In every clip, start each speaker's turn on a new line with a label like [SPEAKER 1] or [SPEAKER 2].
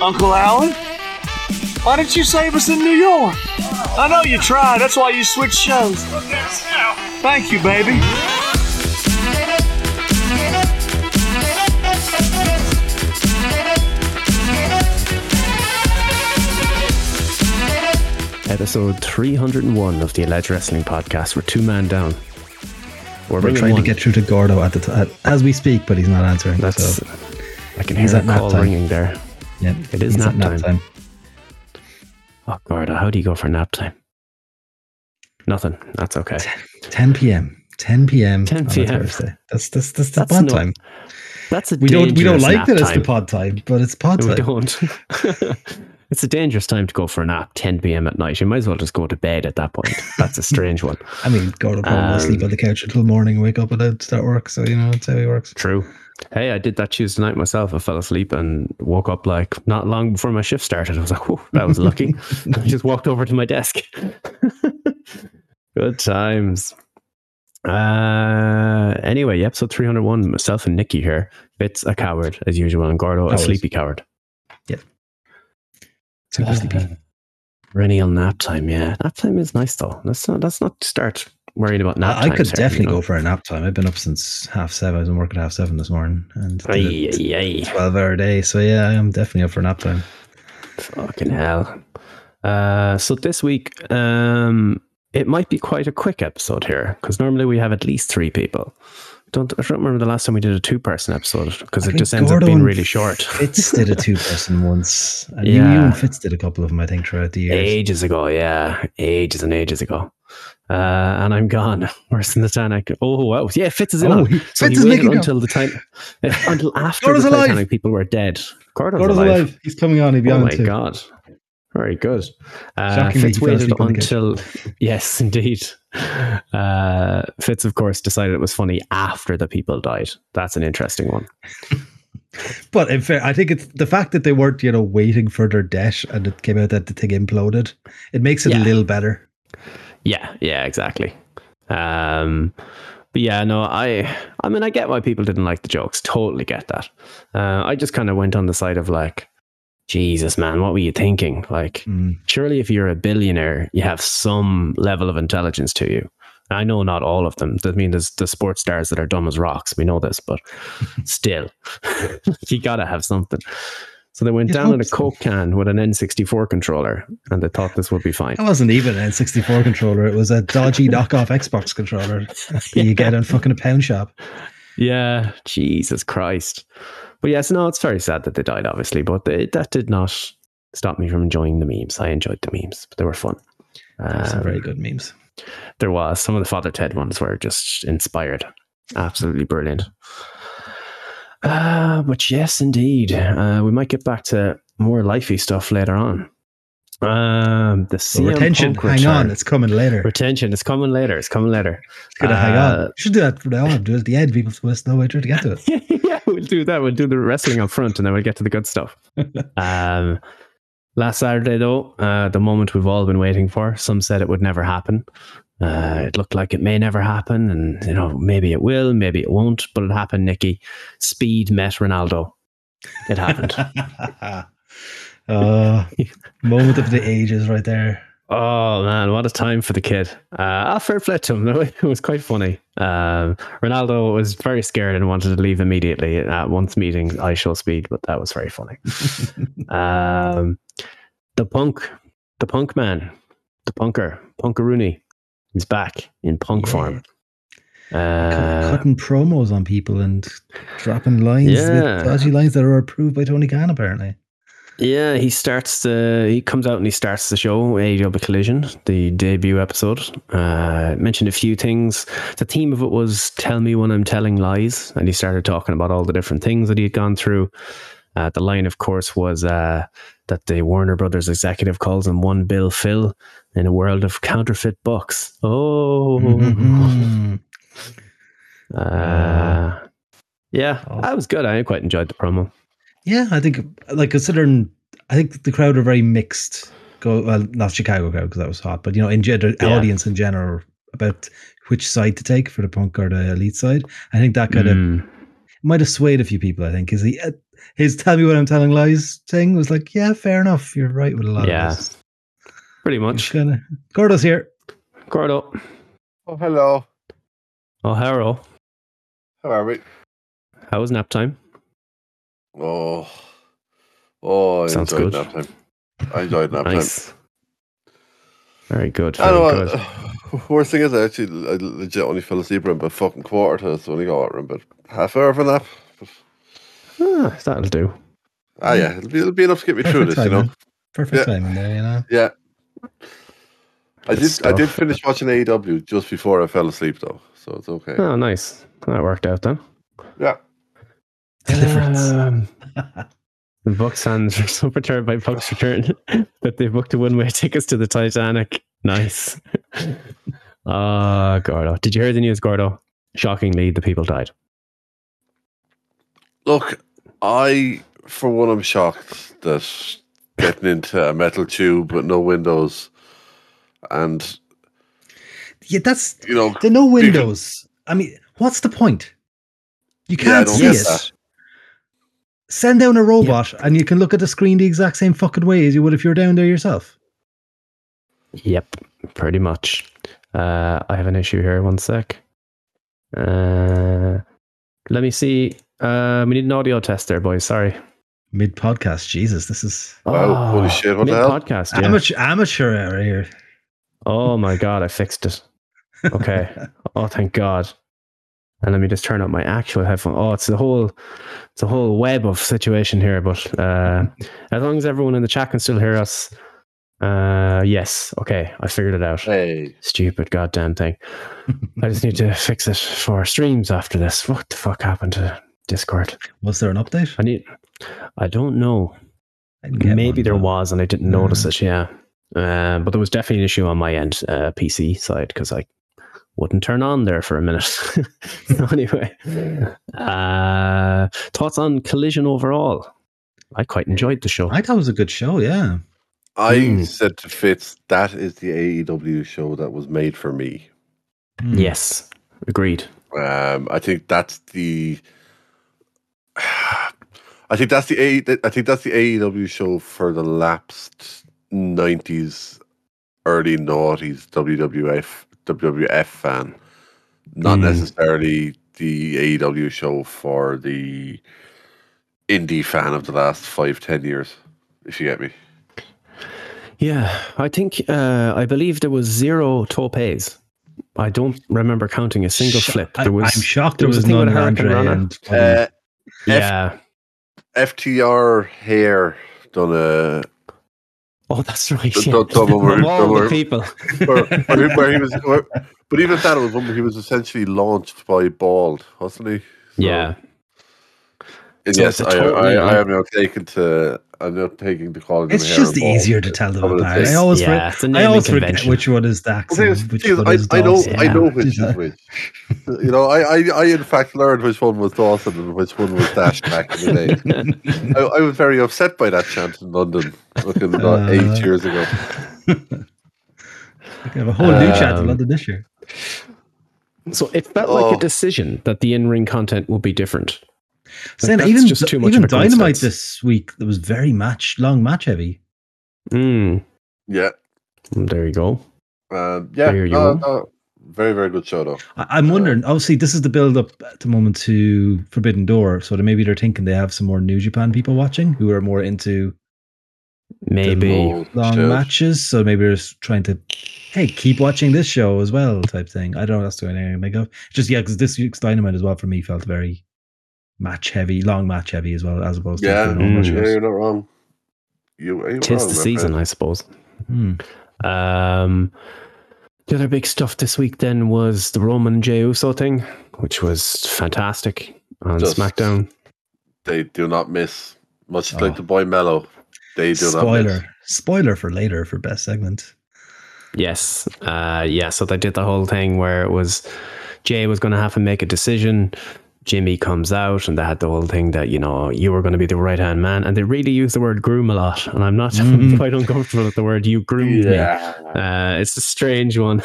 [SPEAKER 1] Uncle Alan. Why didn't you save us in New York? I know you tried. That's why you switched shows. Thank you, baby.
[SPEAKER 2] Episode 301 of the Alleged Wrestling Podcast. We're two man down. We're,
[SPEAKER 3] We're
[SPEAKER 2] bringing
[SPEAKER 3] trying
[SPEAKER 2] one.
[SPEAKER 3] to get through to Gordo at the t- at, as we speak, but he's not answering.
[SPEAKER 2] That's.
[SPEAKER 3] so,
[SPEAKER 2] I can hear
[SPEAKER 3] He's
[SPEAKER 2] that
[SPEAKER 3] at nap
[SPEAKER 2] call
[SPEAKER 3] time.
[SPEAKER 2] ringing there.
[SPEAKER 3] yeah,
[SPEAKER 2] it is
[SPEAKER 3] he's
[SPEAKER 2] nap
[SPEAKER 3] at
[SPEAKER 2] time. Oh, Gordo, how do you go for nap time? Nothing. That's okay.
[SPEAKER 3] 10 p.m. 10 p.m.
[SPEAKER 2] 10
[SPEAKER 3] on a
[SPEAKER 2] p.m..
[SPEAKER 3] Thursday. That's that's that's the
[SPEAKER 2] That's
[SPEAKER 3] pod
[SPEAKER 2] no
[SPEAKER 3] time.
[SPEAKER 2] That's a
[SPEAKER 3] We don't we don't
[SPEAKER 2] dangerous
[SPEAKER 3] like
[SPEAKER 2] nap
[SPEAKER 3] that it's the
[SPEAKER 2] time.
[SPEAKER 3] pod time, but it's pod
[SPEAKER 2] We
[SPEAKER 3] time.
[SPEAKER 2] don't. it's a dangerous time to go for a nap, 10 p.m. at night. You might as well just go to bed at that point. That's a strange one.
[SPEAKER 3] I mean, Gordo probably will sleep
[SPEAKER 2] Um,
[SPEAKER 3] on the couch until morning and wake up and out start work. So you know that's how he works.
[SPEAKER 2] True. Hey, I did that Tuesday night myself. I fell asleep and woke up like not long before my shift started. I was like, whoa, that was lucky. I just walked over to my desk. Good times. Uh, anyway, episode 301, myself and Nikki here. Fitz a coward, as usual, and Gordo a
[SPEAKER 3] Always.
[SPEAKER 2] sleepy coward.
[SPEAKER 3] Super sleepy.
[SPEAKER 2] Rennial nap time, yeah. Nap time is nice though. Let's not, let's not start worrying about nap
[SPEAKER 3] I, I
[SPEAKER 2] time.
[SPEAKER 3] could definitely go for a nap time. I've been up since half seven. I was in work at half seven this morning and did a
[SPEAKER 2] Aye, aye, aye.
[SPEAKER 3] twelve hour day. So yeah, I am definitely up for nap time.
[SPEAKER 2] Fucking hell. Uh, so this week, um, it might be quite a quick episode here because normally we have at least three people. Don't I don't remember the last time we did a two person episode because
[SPEAKER 3] I
[SPEAKER 2] it
[SPEAKER 3] think
[SPEAKER 2] just ends
[SPEAKER 3] Gordo
[SPEAKER 2] up being
[SPEAKER 3] and
[SPEAKER 2] really short.
[SPEAKER 3] Fitz did a two person once. And you- you
[SPEAKER 2] Yeah.
[SPEAKER 3] and Fitz did a couple of them, I think, throughout the years.
[SPEAKER 2] Ages ago, yeah, ages and ages ago. Uh, and I'm gone. Worse than the Titanic. Oh wow, yeah, Fitz is in.
[SPEAKER 3] Oh,
[SPEAKER 2] on.
[SPEAKER 3] he-
[SPEAKER 2] So
[SPEAKER 3] Fitz
[SPEAKER 2] he
[SPEAKER 3] is
[SPEAKER 2] waited
[SPEAKER 3] making
[SPEAKER 2] until the time, until after
[SPEAKER 3] Gordo's
[SPEAKER 2] the
[SPEAKER 3] alive.
[SPEAKER 2] Titanic, people were dead. Gordo's,
[SPEAKER 3] Gordo's
[SPEAKER 2] alive.
[SPEAKER 3] alive. He's coming on. He'll be
[SPEAKER 2] Oh
[SPEAKER 3] on
[SPEAKER 2] my
[SPEAKER 3] too.
[SPEAKER 2] god! Very good. Uh,
[SPEAKER 3] Shockingly,
[SPEAKER 2] Fitz
[SPEAKER 3] he fell
[SPEAKER 2] waited
[SPEAKER 3] asleep on the couch.
[SPEAKER 2] until yes, indeed. Uh, Fitz, of course, decided it was funny after the people died. That's an interesting one.
[SPEAKER 3] But in fair, I think it's the fact that they weren't, you know, waiting for their death and it came out that the thing imploded. It makes it
[SPEAKER 2] Yeah.
[SPEAKER 3] a little better.
[SPEAKER 2] Yeah, yeah, exactly. Um, but yeah, no, I, I mean, I get why people didn't like the jokes. Totally get that. Uh, I just kind of went on the side of like, Jesus, man, what were you thinking? Like,
[SPEAKER 3] Mm.
[SPEAKER 2] surely if you're a billionaire, you have some level of intelligence to you. I know not all of them. I mean, there's the sports stars that are dumb as rocks. We know this, but still, you gotta have something. So they went
[SPEAKER 3] You'd
[SPEAKER 2] down in
[SPEAKER 3] hope
[SPEAKER 2] a
[SPEAKER 3] so.
[SPEAKER 2] Coke can with an N64 controller, and they thought this would be fine.
[SPEAKER 3] That wasn't even an N64 controller. It was a dodgy knockoff Xbox controller that you get in fucking a pound shop.
[SPEAKER 2] Yeah, Jesus Christ. But yes, no, it's very sad that they died, obviously, but they, that did not stop me from enjoying the memes. I enjoyed the memes, but they were fun.
[SPEAKER 3] Some
[SPEAKER 2] Um,
[SPEAKER 3] very good memes.
[SPEAKER 2] there was some of the Father Ted ones were just inspired, absolutely brilliant. Uh, but yes, indeed, uh, we might get back to more lifey stuff later on. Um, the
[SPEAKER 3] So
[SPEAKER 2] CM
[SPEAKER 3] retention,
[SPEAKER 2] Punk
[SPEAKER 3] hang
[SPEAKER 2] return.
[SPEAKER 3] on, it's coming later.
[SPEAKER 2] retention. It's coming later. It's coming later.
[SPEAKER 3] It's gonna hang on.
[SPEAKER 2] uh,
[SPEAKER 3] You should do that from now on. Do it at the end. People must know where to get to it.
[SPEAKER 2] yeah, we'll do that. We'll do the wrestling up front and then we'll get to the good stuff. um, last Saturday, though, uh, the moment we've all been waiting for, some said it would never happen. Uh, it looked like it may never happen. And, you know, maybe it will, maybe it won't, but it happened, Nikki. Speed met Ronaldo. It happened.
[SPEAKER 3] uh, moment of the ages, right there.
[SPEAKER 2] Oh man, what a time for the kid! Uh, ah, fair play to him. though. It was quite funny. Um, Ronaldo was very scared and wanted to leave immediately at once meeting I show speed, but that was very funny. um, the punk, the punk man, the punker, punkaroonie, is back in punk
[SPEAKER 3] Yeah.
[SPEAKER 2] form. Uh,
[SPEAKER 3] cutting promos on people and dropping lines,
[SPEAKER 2] Yeah.
[SPEAKER 3] with dodgy lines that are approved by Tony Khan, apparently.
[SPEAKER 2] Yeah, he starts the. He comes out and he starts the show AEW Collision, the debut episode. Uh, mentioned a few things. The theme of it was "Tell me when I'm telling lies," and he started talking about all the different things that he had gone through. Uh, the line, of course, was uh, that the Warner Brothers executive calls him "One Bill Phil" in a world of counterfeit bucks. Oh,
[SPEAKER 3] Mhm.
[SPEAKER 2] uh, yeah,
[SPEAKER 3] Oh.
[SPEAKER 2] that was good. I quite enjoyed the promo.
[SPEAKER 3] Yeah, I think, like, considering, I think the crowd are very mixed. Go Well, not Chicago crowd because that was hot, but, you know, in gen- the
[SPEAKER 2] Yeah.
[SPEAKER 3] audience in general about which side to take for the punk or the elite side. I think that kind of
[SPEAKER 2] Mm.
[SPEAKER 3] might have swayed a few people, I think, because his "Tell me what I'm telling lies" thing was like, yeah, fair enough. You're right with a lot
[SPEAKER 2] Yeah.
[SPEAKER 3] of this.
[SPEAKER 2] Pretty
[SPEAKER 3] It's
[SPEAKER 2] much.
[SPEAKER 3] kinda- Gordo's here.
[SPEAKER 2] Gordo.
[SPEAKER 4] Oh, hello.
[SPEAKER 2] Oh, Haro.
[SPEAKER 4] How are we?
[SPEAKER 2] How was nap time?
[SPEAKER 4] Oh, oh, I
[SPEAKER 2] Sounds
[SPEAKER 4] enjoyed
[SPEAKER 2] good.
[SPEAKER 4] nap time. I enjoyed nap
[SPEAKER 2] Nice. Very good.
[SPEAKER 4] time. I
[SPEAKER 2] Very
[SPEAKER 4] know.
[SPEAKER 2] good.
[SPEAKER 4] uh, Worst thing is, I actually I legit only fell asleep around about fucking quarter to. So I only got around about half hour of a nap. But,
[SPEAKER 2] Ah, that'll do.
[SPEAKER 4] ah, yeah, it'll be, it'll be enough to get me through
[SPEAKER 3] Perfect
[SPEAKER 4] this, you know.
[SPEAKER 3] timing. Perfect
[SPEAKER 4] Yeah.
[SPEAKER 3] timing there, you know.
[SPEAKER 4] I
[SPEAKER 2] Good
[SPEAKER 4] did. I did
[SPEAKER 2] stuff.
[SPEAKER 4] finish watching AEW just before I fell asleep, though, so it's okay.
[SPEAKER 2] Oh, nice. That worked out then.
[SPEAKER 4] Yeah.
[SPEAKER 3] Deliverance.
[SPEAKER 2] Um, the Bucks fans were so perturbed by Bucks return that they booked the one-way tickets to the Titanic. Nice. Ah, Gordo. Did you hear the news, Gordo? Shockingly, the people died.
[SPEAKER 4] Look, I for one, I'm shocked that getting into a metal tube with no windows, and
[SPEAKER 3] yeah, that's
[SPEAKER 4] you know,
[SPEAKER 3] the no windows. I mean, what's the point? You
[SPEAKER 4] Yeah, I
[SPEAKER 3] can't
[SPEAKER 4] don't
[SPEAKER 3] see
[SPEAKER 4] get
[SPEAKER 3] it.
[SPEAKER 4] that.
[SPEAKER 3] Send down a robot, and you can look at the screen the exact same fucking way as you would if you were down there yourself.
[SPEAKER 2] Yep, pretty much. Uh, I have an issue here. One sec. Uh, let me see. Uh, we need an audio test there, boys. Sorry.
[SPEAKER 3] Mid podcast, Jesus, this is
[SPEAKER 4] Wow, holy shit, what the hell?
[SPEAKER 2] Ah, Podcast. Yeah.
[SPEAKER 3] amateur amateur hour here.
[SPEAKER 2] Oh my god, I fixed it. Okay. oh, thank God. And let me just turn up my actual headphone. Oh, it's a whole, it's a whole web of situation here. But uh, as long as everyone in the chat can still hear us, uh, yes. Okay, I figured it out.
[SPEAKER 4] Hey,
[SPEAKER 2] Stupid goddamn thing. I just need to fix it for streams after this. What the fuck happened to Discord?
[SPEAKER 3] Was there an update?
[SPEAKER 2] I need. I don't know.
[SPEAKER 3] I didn't get
[SPEAKER 2] Maybe
[SPEAKER 3] one,
[SPEAKER 2] there
[SPEAKER 3] but-
[SPEAKER 2] was, and I didn't
[SPEAKER 3] Yeah.
[SPEAKER 2] notice it. Yeah, um, but there was definitely an issue on my end, uh, PC side, because I wouldn't turn on there for a minute. so anyway, uh, thoughts on Collision overall? I quite enjoyed the show.
[SPEAKER 3] I thought it was a good show. Yeah,
[SPEAKER 4] I
[SPEAKER 2] Hmm.
[SPEAKER 4] said to Fitz, that is the AEW show that was made for me.
[SPEAKER 3] Hmm.
[SPEAKER 2] yes, agreed.
[SPEAKER 4] Um, I think that's the. I think that's the A. I think that's the AEW show for the lapsed nineties, early noughties WWF WWF fan, not
[SPEAKER 2] Mm.
[SPEAKER 4] necessarily the AEW show for the indie fan of the last five ten years. If you get me,
[SPEAKER 2] Yeah, I think uh, I believe there was zero topes. I don't remember counting a single
[SPEAKER 3] Sho-
[SPEAKER 2] flip.
[SPEAKER 3] I,
[SPEAKER 2] There was,
[SPEAKER 3] I'm shocked
[SPEAKER 2] there
[SPEAKER 3] there
[SPEAKER 2] was a
[SPEAKER 3] was
[SPEAKER 2] thing with
[SPEAKER 3] none.
[SPEAKER 2] Hurricane
[SPEAKER 3] Andre
[SPEAKER 2] Rana.
[SPEAKER 3] and
[SPEAKER 4] uh,
[SPEAKER 2] yeah.
[SPEAKER 4] FTR hair done a
[SPEAKER 2] Oh, that's right.
[SPEAKER 4] Don't-
[SPEAKER 2] yeah.
[SPEAKER 4] don't- don't worry,
[SPEAKER 2] Of all
[SPEAKER 4] don't
[SPEAKER 2] the
[SPEAKER 4] worry.
[SPEAKER 2] people.
[SPEAKER 4] where, where he- where he was, where- but even if that was one where he was essentially launched by Bald, wasn't he?
[SPEAKER 2] Yeah.
[SPEAKER 4] And
[SPEAKER 2] So
[SPEAKER 4] yes,
[SPEAKER 2] it's a
[SPEAKER 4] I,
[SPEAKER 2] totally
[SPEAKER 4] I,
[SPEAKER 2] un-
[SPEAKER 4] I am now taken to I'm now taking to calling him
[SPEAKER 3] it's
[SPEAKER 4] hair
[SPEAKER 3] just
[SPEAKER 4] and bald.
[SPEAKER 3] easier to tell them
[SPEAKER 4] Some of the
[SPEAKER 3] apart. I
[SPEAKER 4] things.
[SPEAKER 3] always, for-
[SPEAKER 2] yeah, it's a
[SPEAKER 3] I
[SPEAKER 2] naming
[SPEAKER 3] always forget
[SPEAKER 2] convention.
[SPEAKER 3] which one is Dax.
[SPEAKER 4] The thing is-
[SPEAKER 3] and which
[SPEAKER 4] geez,
[SPEAKER 3] one
[SPEAKER 4] I,
[SPEAKER 3] is
[SPEAKER 4] I know,
[SPEAKER 3] Dawson.
[SPEAKER 4] I know
[SPEAKER 2] Yeah.
[SPEAKER 4] which is which. You know, I, I, I in fact learned which one was Dawson and which one was Dash back in the day. I, I was very upset by that chant in London, fucking about
[SPEAKER 3] Uh.
[SPEAKER 4] eight years ago.
[SPEAKER 3] We have a whole new chat in
[SPEAKER 2] Um,
[SPEAKER 3] London this year.
[SPEAKER 2] So it felt like
[SPEAKER 4] Oh.
[SPEAKER 2] a decision that the in-ring content will be different.
[SPEAKER 3] Saying
[SPEAKER 2] that's
[SPEAKER 3] even
[SPEAKER 2] just too much
[SPEAKER 3] even
[SPEAKER 2] of a
[SPEAKER 3] Dynamite
[SPEAKER 2] coincidence.
[SPEAKER 3] this week, it was very match long, match heavy.
[SPEAKER 2] Mm,
[SPEAKER 4] Yeah,
[SPEAKER 2] there you go.
[SPEAKER 4] um, yeah,
[SPEAKER 2] There you
[SPEAKER 4] no,
[SPEAKER 2] go.
[SPEAKER 4] no, very very good show though.
[SPEAKER 3] I, I'm wondering. Obviously, this is the build up at the moment to Forbidden Door, so that maybe they're thinking they have some more New Japan people watching who are more into
[SPEAKER 2] Maybe.
[SPEAKER 4] Oh,
[SPEAKER 3] long
[SPEAKER 4] shit.
[SPEAKER 3] matches. So maybe they're just trying to, hey, keep watching this show as well, type thing. I don't know. That's the only way I make up. Just yeah, because this week's Dynamite as well for me felt very match heavy, long match heavy as well as opposed
[SPEAKER 4] Yeah,
[SPEAKER 3] to the normal
[SPEAKER 2] Mm.
[SPEAKER 4] yeah,
[SPEAKER 3] shows.
[SPEAKER 4] you're not wrong. You ain't
[SPEAKER 2] Tis
[SPEAKER 4] wrong,
[SPEAKER 2] the
[SPEAKER 4] my
[SPEAKER 2] season,
[SPEAKER 4] friend.
[SPEAKER 2] I suppose.
[SPEAKER 3] Hmm.
[SPEAKER 2] Um, the other big stuff this week then was the Roman J Uso thing, which was fantastic on
[SPEAKER 4] Just-
[SPEAKER 2] SmackDown.
[SPEAKER 4] They do not miss, much
[SPEAKER 3] Oh.
[SPEAKER 4] like the boy Mello. They do not miss.
[SPEAKER 3] Spoiler, spoiler for later for best segment.
[SPEAKER 2] Yes. Uh, yeah. So they did the whole thing where it was Jay was going to have to make a decision. Jimmy comes out, and they had the whole thing that you know you were going to be the right hand man, and they really use the word groom a lot, and I'm not
[SPEAKER 3] Mhm.
[SPEAKER 2] quite uncomfortable with the word you groomed me. Uh, it's a strange one.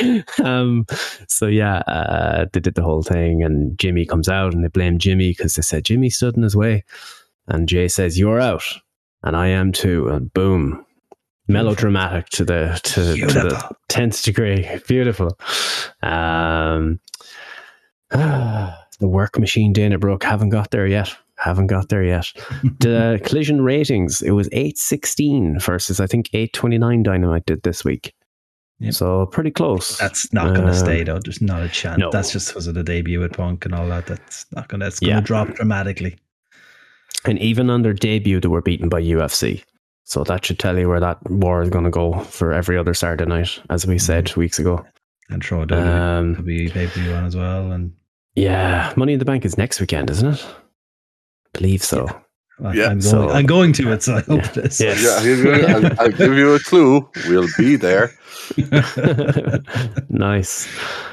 [SPEAKER 2] um, so yeah, uh, they did the whole thing, and Jimmy comes out, and they blame Jimmy because they said Jimmy stood in his way, and Jay says you're out, and I am too, and boom, melodramatic to the to, to the
[SPEAKER 3] Beautiful.
[SPEAKER 2] tenth degree, beautiful. Um, the work machine Dana Brooke haven't got there yet. Haven't got there yet. The collision ratings, it was 816 versus I think 829 Dynamite did this week.
[SPEAKER 3] Yep.
[SPEAKER 2] So pretty close.
[SPEAKER 3] That's not going to
[SPEAKER 2] Um,
[SPEAKER 3] stay though. There's not a chance.
[SPEAKER 2] no.
[SPEAKER 3] That's just because of the debut at Punk and all that. That's not going to. It's going to
[SPEAKER 2] Yeah.
[SPEAKER 3] drop dramatically.
[SPEAKER 2] and even on their debut, they were beaten by UFC. So that should tell you where that war is going to go for every other Saturday night, as we said
[SPEAKER 3] Mm-hmm.
[SPEAKER 2] weeks ago.
[SPEAKER 3] And throw it over
[SPEAKER 2] Um,
[SPEAKER 3] WWE pay per view on as well. And
[SPEAKER 2] yeah, Money in the Bank is next weekend, isn't it? Believe so.
[SPEAKER 3] well,
[SPEAKER 4] Yeah,
[SPEAKER 3] I'm going.
[SPEAKER 2] so-
[SPEAKER 3] I'm going to it. So I hope this.
[SPEAKER 2] Yeah.
[SPEAKER 4] Yeah, I'll give, you, I'll, I'll give you a clue. We'll be there.
[SPEAKER 2] nice.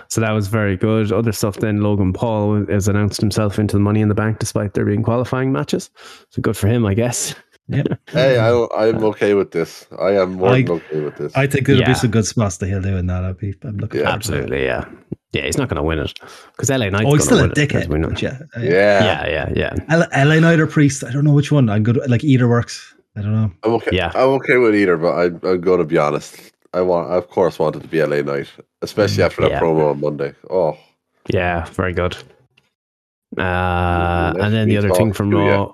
[SPEAKER 2] So that was very good. Other stuff then, Logan Paul has announced himself into the Money in the Bank despite there being qualifying matches. So good for him, I guess.
[SPEAKER 4] Hey, I, I'm okay with this. I am more than okay with this.
[SPEAKER 3] I think there'll
[SPEAKER 2] Yeah.
[SPEAKER 3] be some good spots that he'll do in that. I'll be, I'm looking.
[SPEAKER 4] Yeah.
[SPEAKER 3] forward to it.
[SPEAKER 2] Absolutely, yeah. Yeah, he's not going to win it because LA Knight's
[SPEAKER 3] Oh, he's still a
[SPEAKER 2] going to win it. as
[SPEAKER 3] dickhead.
[SPEAKER 2] we know.
[SPEAKER 3] but Yeah. uh,
[SPEAKER 4] yeah,
[SPEAKER 3] yeah.
[SPEAKER 2] Yeah, yeah, yeah.
[SPEAKER 3] LA Knight or Priest. I don't know which one. I'm good. Like either works. I don't know.
[SPEAKER 4] I'm okay.
[SPEAKER 2] Yeah.
[SPEAKER 4] I'm okay with either, but I'm, I'm going to be honest. I want, I of course, wanted to be LA Knight, especially after that
[SPEAKER 2] Mm, Yeah.
[SPEAKER 4] promo on Monday. Oh,
[SPEAKER 2] Yeah, very good. Uh,
[SPEAKER 4] Let
[SPEAKER 2] and then
[SPEAKER 4] me
[SPEAKER 2] the other thing
[SPEAKER 4] talk
[SPEAKER 2] from
[SPEAKER 4] to ya.
[SPEAKER 2] Raw,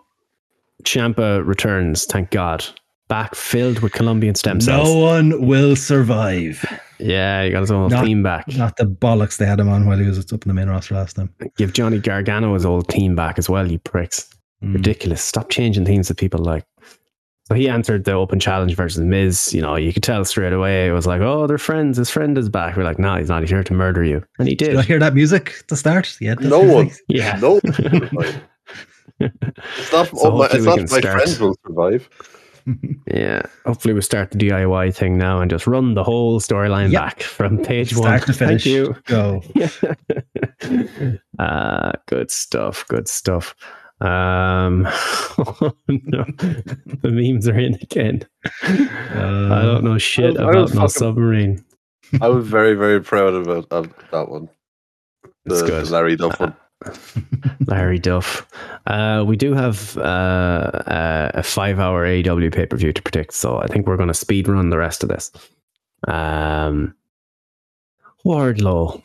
[SPEAKER 2] Champa returns, thank God, back filled with Colombian stem cells.
[SPEAKER 3] No one will survive.
[SPEAKER 2] Yeah, he got his old
[SPEAKER 3] Not-
[SPEAKER 2] team back.
[SPEAKER 3] Not the bollocks they had him on while he was up in the main roster last time.
[SPEAKER 2] Give Johnny Gargano his old team back as well, you pricks.
[SPEAKER 3] Mm.
[SPEAKER 2] ridiculous. Stop changing things that people like. So he answered the open challenge versus Miz. You know, you could tell straight away it was like, oh, they're friends. His friend is back. We're like, nah, he's not here to murder you, and he
[SPEAKER 3] Did I
[SPEAKER 2] did.
[SPEAKER 3] hear that music at the start? Yeah, that's
[SPEAKER 4] No
[SPEAKER 3] music.
[SPEAKER 4] one.
[SPEAKER 2] Yeah,
[SPEAKER 4] no. one will survive. it's not,
[SPEAKER 2] So
[SPEAKER 4] all my,
[SPEAKER 2] hopefully
[SPEAKER 4] it's
[SPEAKER 2] we
[SPEAKER 4] not
[SPEAKER 2] can
[SPEAKER 4] my
[SPEAKER 2] start.
[SPEAKER 4] friends will survive.
[SPEAKER 2] yeah. Hopefully, we start the DIY thing now and just run the whole storyline
[SPEAKER 3] Yep.
[SPEAKER 2] back from page one.
[SPEAKER 3] Start to finish.
[SPEAKER 2] Thank you.
[SPEAKER 3] Go.
[SPEAKER 2] uh, good stuff. Good stuff. Um, oh, no, the memes are in again.
[SPEAKER 3] Uh,
[SPEAKER 2] I don't know shit
[SPEAKER 4] I was- I
[SPEAKER 2] about
[SPEAKER 4] was
[SPEAKER 2] no
[SPEAKER 4] fucking-
[SPEAKER 2] submarine.
[SPEAKER 4] I was very, very proud about of that one. The,
[SPEAKER 2] It's
[SPEAKER 4] the
[SPEAKER 2] good.
[SPEAKER 4] Larry Duff one.
[SPEAKER 2] Larry Duff. Uh, we do have uh, uh, a five hour AEW pay per view to predict, so I think we're going to speed run the rest of this. Um, Wardlow.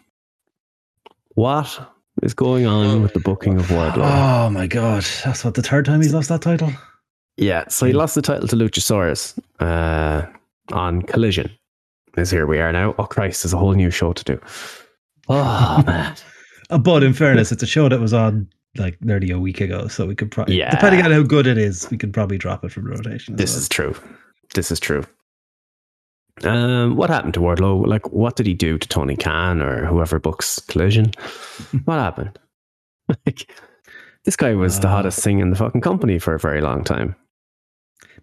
[SPEAKER 2] What is going on with the booking of Wardlow?
[SPEAKER 3] Oh my god, that's what the third time he's lost that title.
[SPEAKER 2] Yeah, so he lost the title to Luchasaurus uh, on Collision. Is here we are now. Oh, Christ, there's a whole new show to do.
[SPEAKER 3] Ah,
[SPEAKER 2] Oh, man.
[SPEAKER 3] Uh, But in fairness, it's a show that was on like nearly a week ago, so we could probably,
[SPEAKER 2] Yeah.
[SPEAKER 3] depending on how good it is, we could probably drop it from rotation. as
[SPEAKER 2] This
[SPEAKER 3] well.
[SPEAKER 2] is true. This is true. Um, what happened to Wardlow? Like, what did he do to Tony Khan or whoever books Collision? what happened? Like, this guy was the
[SPEAKER 3] Uh,
[SPEAKER 2] hottest thing in the fucking company for a very long time.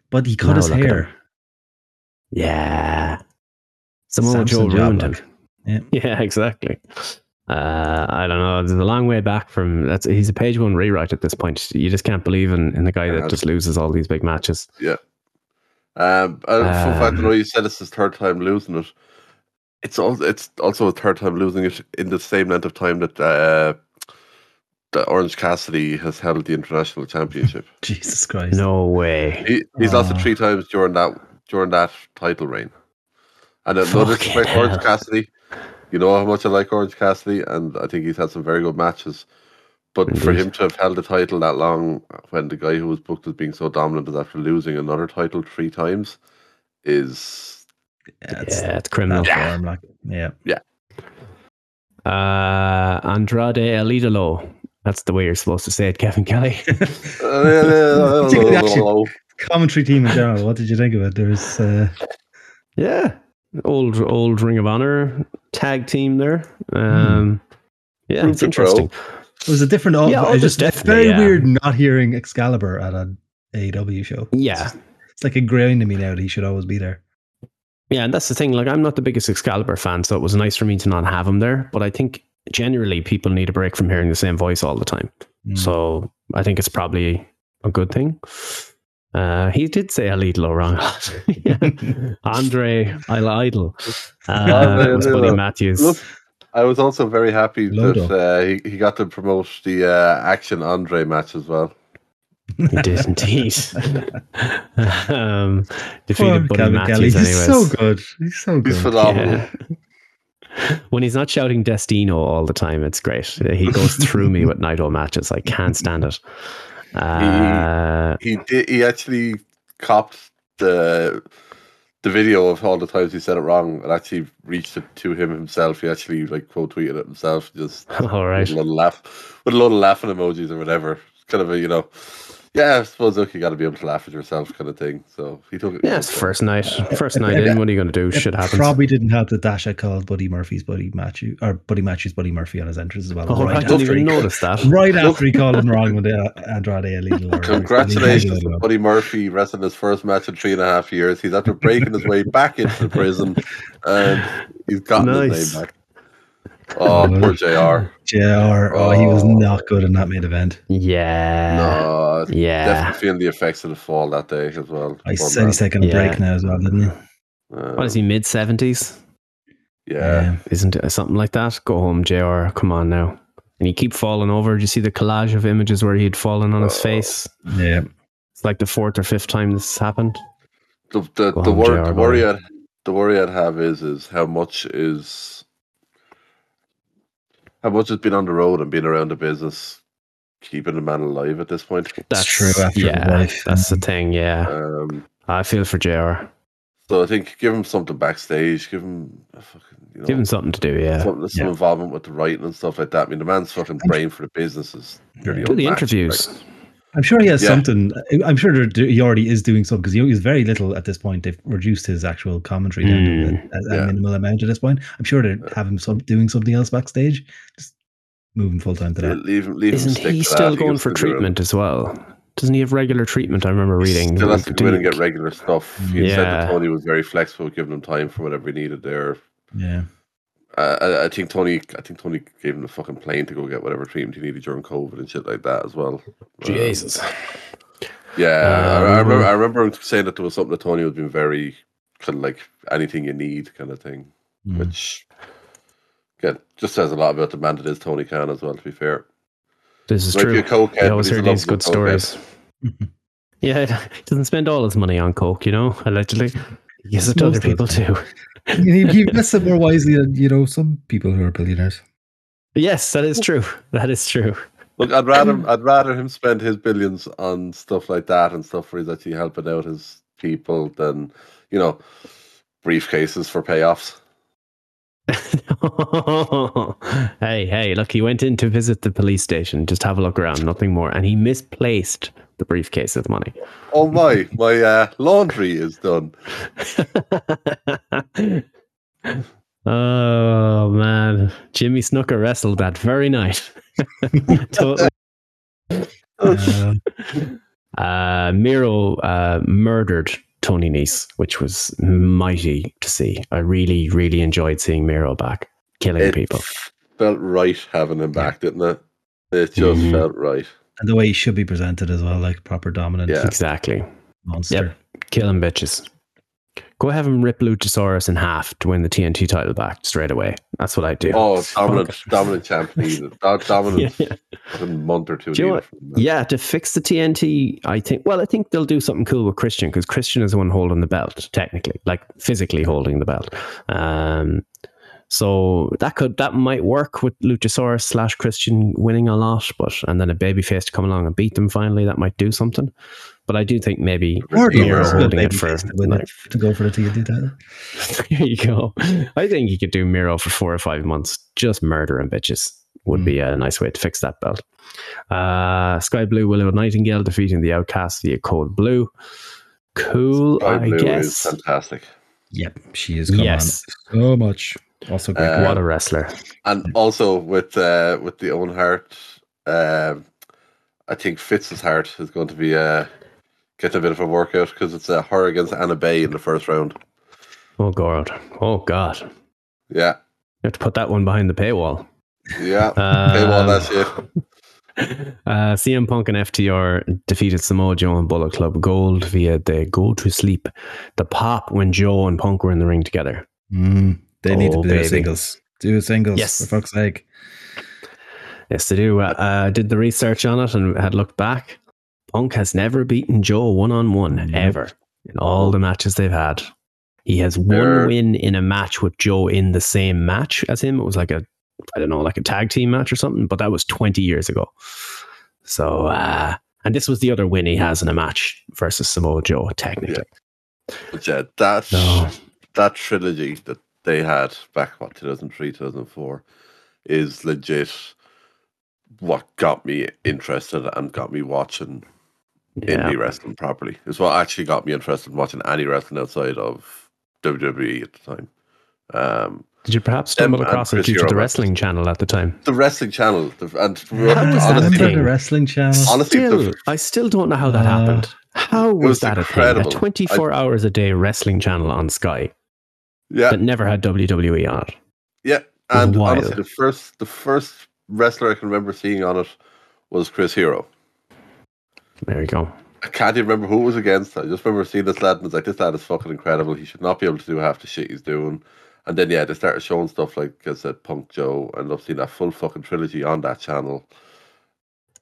[SPEAKER 3] but he cut
[SPEAKER 2] Now
[SPEAKER 3] his
[SPEAKER 2] look at
[SPEAKER 3] hair.
[SPEAKER 2] him. Yeah. Samoa Joe
[SPEAKER 3] Samson job,
[SPEAKER 2] ruined him.
[SPEAKER 3] like. Yeah.
[SPEAKER 2] Yeah, exactly. Uh, I don't know. There's a long way back from that's. He's a page one rewrite at this point. You just can't believe in, in the guy
[SPEAKER 4] Yeah.
[SPEAKER 2] that just loses all these big matches.
[SPEAKER 4] Um, and fun fact, I
[SPEAKER 2] Um,
[SPEAKER 4] know you said it's his third time losing it. It's also it's also a third time losing it in the same length of time that uh, that Orange Cassidy has held the international championship.
[SPEAKER 3] Jesus Christ.
[SPEAKER 2] No way.
[SPEAKER 4] he, he's lost
[SPEAKER 3] Aw.
[SPEAKER 2] Ah.
[SPEAKER 4] it three times during that during that title reign. And uh, no
[SPEAKER 2] Fucking
[SPEAKER 4] disrespect, to
[SPEAKER 2] hell.
[SPEAKER 4] Orange Cassidy. You know how much I like Orange Cassidy, and I think he's had some very good matches. But for
[SPEAKER 2] Indeed.
[SPEAKER 4] him to have held the title that long, when the guy who was booked as being so dominant is after losing another title three times, is
[SPEAKER 3] Yeah, it's
[SPEAKER 2] Yeah, it's
[SPEAKER 3] bad
[SPEAKER 2] criminal.
[SPEAKER 3] form, like, yeah.
[SPEAKER 2] Uh, Andrade Elidolo. That's the way you're supposed to say it, Kevin Kelly.
[SPEAKER 4] uh,
[SPEAKER 3] good action. Commentary team in general. What did you think of it? There was uh,
[SPEAKER 2] yeah. Old old Ring of Honor tag team there. Um, Yeah,
[SPEAKER 4] Hmm. Prove
[SPEAKER 2] it's
[SPEAKER 4] the pro.
[SPEAKER 2] interesting.
[SPEAKER 3] it was a different.
[SPEAKER 2] Yeah,
[SPEAKER 3] Yeah,
[SPEAKER 2] oh,
[SPEAKER 3] it's
[SPEAKER 2] there's
[SPEAKER 3] just it's
[SPEAKER 2] definitely,
[SPEAKER 3] very
[SPEAKER 2] yeah.
[SPEAKER 3] weird not hearing Excalibur at an AEW show.
[SPEAKER 2] Yeah.
[SPEAKER 3] It's like a grain to me now that he should always be there.
[SPEAKER 2] Yeah, and that's the thing. Like, I'm not the biggest Excalibur fan, so it was nice for me to not have him there. But I think generally people need a break from hearing the same voice all the time.
[SPEAKER 4] Hmm.
[SPEAKER 3] Mm.
[SPEAKER 2] So I think it's probably a good thing. Uh, he did say Alidlo wrong. Andre I'll Idol. Uh, that was Buddy Matthews.
[SPEAKER 4] Look, I was also very happy
[SPEAKER 3] Lodo.
[SPEAKER 4] that uh, he, he got to promote the uh, Action Andre match as well.
[SPEAKER 2] He did indeed. um,
[SPEAKER 3] Poor
[SPEAKER 2] defeated Buddy
[SPEAKER 3] Calvin Kelly.
[SPEAKER 2] Matthews,
[SPEAKER 3] He's
[SPEAKER 2] anyways.
[SPEAKER 3] so good. He's so
[SPEAKER 4] He's
[SPEAKER 3] good.
[SPEAKER 4] phenomenal.
[SPEAKER 2] Yeah. When he's not shouting Destino all the time, it's great. He goes through me with night all matches. I can't stand it. Uh,
[SPEAKER 4] He did, he actually copped the the video of all the times he said it wrong and actually reached it to him himself. He actually like quote tweeted it himself, just
[SPEAKER 2] all right.
[SPEAKER 4] with a little laugh, with a lot of laughing emojis or whatever. It's kind of a you know, yeah, I suppose look, you got to be able to laugh at yourself kind of thing. So he took it.
[SPEAKER 2] Yeah, it's first night. First night in. What are you going to do? Shit happens.
[SPEAKER 3] Probably didn't have the dash I called Buddy Murphy's Buddy Matthew or Buddy Matthew's Buddy Murphy on his entrance as well.
[SPEAKER 2] Oh, I
[SPEAKER 3] right,
[SPEAKER 2] didn't
[SPEAKER 3] after
[SPEAKER 2] even
[SPEAKER 3] he,
[SPEAKER 2] notice that.
[SPEAKER 3] right after he called him wrong with the uh, Andrade Alidlo.
[SPEAKER 4] Congratulations to Buddy Murphy wrestling his first match in three and a half years. He's after breaking his way back into the prison and he's gotten
[SPEAKER 2] Nice.
[SPEAKER 4] his name back. Oh, poor JR.
[SPEAKER 3] JR. Oh, he was
[SPEAKER 4] Oh.
[SPEAKER 3] not good in that main event.
[SPEAKER 2] Yeah.
[SPEAKER 4] No,
[SPEAKER 2] Yeah.
[SPEAKER 4] definitely feeling the effects of the fall that day as well.
[SPEAKER 3] I
[SPEAKER 4] Poor
[SPEAKER 3] said
[SPEAKER 4] man.
[SPEAKER 3] he's taking a
[SPEAKER 2] Yeah.
[SPEAKER 3] break now as well, didn't he?
[SPEAKER 4] Uh,
[SPEAKER 2] What is he, mid 70s?
[SPEAKER 4] Yeah.
[SPEAKER 2] Isn't it something like that? Go home, JR. Come on now. And he keep falling over. Do you see the collage of images where he'd fallen on his
[SPEAKER 4] Oh.
[SPEAKER 2] face?
[SPEAKER 3] Yeah. Um, yeah.
[SPEAKER 2] It's like the fourth or fifth time this has happened.
[SPEAKER 4] The the,
[SPEAKER 2] Go
[SPEAKER 4] the,
[SPEAKER 2] on,
[SPEAKER 4] wor-
[SPEAKER 2] JR,
[SPEAKER 4] the
[SPEAKER 2] go
[SPEAKER 4] worry
[SPEAKER 2] on.
[SPEAKER 4] I'd, the worry I'd have is is how much is how much has been on the road and being around the business, keeping the man alive at this point.
[SPEAKER 2] That's
[SPEAKER 3] true, after his
[SPEAKER 2] yeah,
[SPEAKER 3] wife.
[SPEAKER 2] That's the thing. Yeah.
[SPEAKER 4] Um,
[SPEAKER 2] I feel for JR.
[SPEAKER 4] So I think give him something backstage, give him a fucking, you know,
[SPEAKER 2] Give him something to do. Yeah.
[SPEAKER 4] some, some
[SPEAKER 3] Yeah.
[SPEAKER 4] involvement with the writing and stuff like that. I mean, the man's fucking brain for the business is really
[SPEAKER 2] Do the
[SPEAKER 4] unmatched,
[SPEAKER 2] interviews.
[SPEAKER 4] like.
[SPEAKER 3] I'm sure he has
[SPEAKER 4] Yeah.
[SPEAKER 3] something. I'm sure they're do- he already is doing something because he he's very little at this point. They've reduced his actual commentary down
[SPEAKER 2] Mm.
[SPEAKER 3] to a, a
[SPEAKER 4] Yeah.
[SPEAKER 3] minimal amount at this point. I'm sure they have him some, doing something else backstage. Just moving full time to
[SPEAKER 4] Yeah,
[SPEAKER 3] that.
[SPEAKER 4] leave him, leave him
[SPEAKER 2] Isn't
[SPEAKER 4] stick
[SPEAKER 2] he
[SPEAKER 4] to that.
[SPEAKER 2] still going
[SPEAKER 4] has
[SPEAKER 2] for
[SPEAKER 4] to do it.
[SPEAKER 2] treatment as well? Doesn't he have regular treatment? I remember reading.
[SPEAKER 4] Still has to go in and
[SPEAKER 2] Didn't-
[SPEAKER 4] get regular stuff. He said
[SPEAKER 2] Yeah.
[SPEAKER 4] that Tony was very flexible, giving him time for whatever he needed there.
[SPEAKER 3] Yeah.
[SPEAKER 4] Uh, I, I think Tony, I think Tony gave him the fucking plane to go get whatever treatment he needed during COVID and shit like that as well. Uh,
[SPEAKER 2] Jesus.
[SPEAKER 4] Yeah, I, I
[SPEAKER 2] Um,
[SPEAKER 4] remember. I remember him saying that there was something that Tony was being very kind of like anything you need kind of thing,
[SPEAKER 3] Mm.
[SPEAKER 4] which again just says a lot about the man that is Tony Khan as well. To be fair,
[SPEAKER 2] This is
[SPEAKER 4] Might be
[SPEAKER 2] true.
[SPEAKER 4] a cokehead,
[SPEAKER 2] I
[SPEAKER 4] but
[SPEAKER 2] always
[SPEAKER 4] he's
[SPEAKER 2] hear
[SPEAKER 4] a
[SPEAKER 2] these
[SPEAKER 4] lovable
[SPEAKER 2] good stories.
[SPEAKER 3] Mhm.
[SPEAKER 2] yeah, he doesn't spend all his money on coke, you know, allegedly. He gives it to other
[SPEAKER 3] Most of the
[SPEAKER 2] people too.
[SPEAKER 3] he, he invests it more wisely than you know some people who are billionaires.
[SPEAKER 2] Yes, that is true. That is true.
[SPEAKER 4] look, I'd rather I'd rather him spend his billions on stuff like that and stuff where he's actually helping out his people than you know briefcases for payoffs.
[SPEAKER 2] hey, hey, look, he went in to visit the police station, just have a look around, nothing more. And he misplaced the briefcase of money.
[SPEAKER 4] Oh my, my uh, laundry is done.
[SPEAKER 2] oh man, Jimmy Snooker wrestled that very night. totally.
[SPEAKER 4] Oh,
[SPEAKER 3] Uh,
[SPEAKER 2] Uh, Miro uh, murdered Tony Nice, which was mighty to see. I really, really enjoyed seeing Miro back killing
[SPEAKER 4] It
[SPEAKER 2] people.
[SPEAKER 4] felt right having him back, didn't it? It just
[SPEAKER 2] Mhm.
[SPEAKER 4] felt right.
[SPEAKER 3] and the way he should be presented as well, like proper dominant
[SPEAKER 4] Yeah.
[SPEAKER 2] Exactly,
[SPEAKER 3] monster.
[SPEAKER 2] killing bitches. Go have him rip Luchasaurus in half to win the TNT title back straight away. That's what I do.
[SPEAKER 4] Oh, dominant, dominant champ needed. Do- dominant
[SPEAKER 2] Yeah.
[SPEAKER 4] fucking month or two
[SPEAKER 2] Do you know
[SPEAKER 4] needed. from that.
[SPEAKER 2] Yeah, to fix the TNT, I think. Well, I think they'll do something cool with Christian because Christian is the one holding the belt, technically, like physically holding the belt. Um, so that could that might work with Luchasaurus slash Christian winning a lot, but and then a babyface to come along and beat them finally. That might do something. But I do think maybe
[SPEAKER 3] Or
[SPEAKER 4] Yeah.
[SPEAKER 3] Miro
[SPEAKER 4] Miro's
[SPEAKER 2] Miro
[SPEAKER 4] good
[SPEAKER 2] holding it for
[SPEAKER 3] babyface to win it,
[SPEAKER 2] like,
[SPEAKER 3] to go for the TNT title.
[SPEAKER 2] there you go. I think you could do Miro for four or five months, just murdering bitches would be
[SPEAKER 4] Hmm.
[SPEAKER 2] a nice way to fix that belt. Uh, Sky Blue, Willow Nightingale defeating the Outcast via Cold Blue. Cool,
[SPEAKER 4] Sky
[SPEAKER 2] I
[SPEAKER 4] Blue is
[SPEAKER 2] guess.
[SPEAKER 4] fantastic.
[SPEAKER 3] Yep, she is. Come
[SPEAKER 2] Yes,
[SPEAKER 3] on. so much. Also, great.
[SPEAKER 4] Uh,
[SPEAKER 2] what a wrestler.
[SPEAKER 4] And also with uh, with the own heart, um, I think Fitz's heart is going to be uh, getting a bit of a workout because it's uh, her against Anna Bay in the first round.
[SPEAKER 2] Oh, God. Oh, God. You
[SPEAKER 4] Yeah.
[SPEAKER 2] have to put that one behind the paywall.
[SPEAKER 4] Yeah, they won that shit.
[SPEAKER 2] Uh, CM Punk and FTR defeated Samoa Joe and Bullet Club Gold via the Go to Sleep, the pop when Joe and Punk were in the ring together.
[SPEAKER 3] Mm, they need to
[SPEAKER 2] Oh,
[SPEAKER 3] do
[SPEAKER 2] baby.
[SPEAKER 3] singles. Do singles.
[SPEAKER 2] Yes.
[SPEAKER 3] For fuck's sake.
[SPEAKER 2] Yes, they do. Uh, uh, did the research on it and had looked back. Punk has never beaten Joe one on one
[SPEAKER 3] Nope.
[SPEAKER 2] ever in all the matches they've had. He has one
[SPEAKER 4] Err.
[SPEAKER 2] win in a match with Joe in the same match as him. It was like a, I don't know, like a tag team match or something, but that was 20 years ago. So, uh, and this was the other win he has in a match versus Samoa Joe, technically.
[SPEAKER 4] But yeah, that
[SPEAKER 2] No.
[SPEAKER 4] that trilogy that they had back what 2003, 2004 is legit. What got me interested and got me watching
[SPEAKER 2] Yeah.
[SPEAKER 4] indie wrestling properly is what actually got me interested in watching any wrestling outside of WWE at the time. Um,
[SPEAKER 2] Did you perhaps
[SPEAKER 4] Them
[SPEAKER 2] stumble
[SPEAKER 4] and
[SPEAKER 2] across it
[SPEAKER 4] Chris
[SPEAKER 2] due to
[SPEAKER 4] Hero
[SPEAKER 2] the
[SPEAKER 4] matches.
[SPEAKER 2] wrestling channel at the time?
[SPEAKER 4] the wrestling channel, the, and
[SPEAKER 2] How is that
[SPEAKER 4] honestly,
[SPEAKER 2] a
[SPEAKER 3] Remember
[SPEAKER 2] thing?
[SPEAKER 3] the wrestling channel?
[SPEAKER 4] Honestly, the-
[SPEAKER 2] still, I still don't know how that
[SPEAKER 3] Uh,
[SPEAKER 2] happened. How was,
[SPEAKER 4] was
[SPEAKER 2] that a
[SPEAKER 4] incredible.
[SPEAKER 2] thing? A 24 hours a day wrestling channel on Sky
[SPEAKER 4] yeah,
[SPEAKER 2] that never had E WWE on it.
[SPEAKER 4] Yeah,
[SPEAKER 2] was
[SPEAKER 4] and
[SPEAKER 2] wild.
[SPEAKER 4] honestly, the first the first wrestler I can remember seeing on it was Chris Hero.
[SPEAKER 2] There you go.
[SPEAKER 4] I can't even remember who it was against. I just remember seeing this lad and was like, "This lad is fucking incredible. He should not be able to do half the shit he's doing." And then yeah, they started showing stuff like I said, Punk Joe. I love seeing that full fucking trilogy on that channel.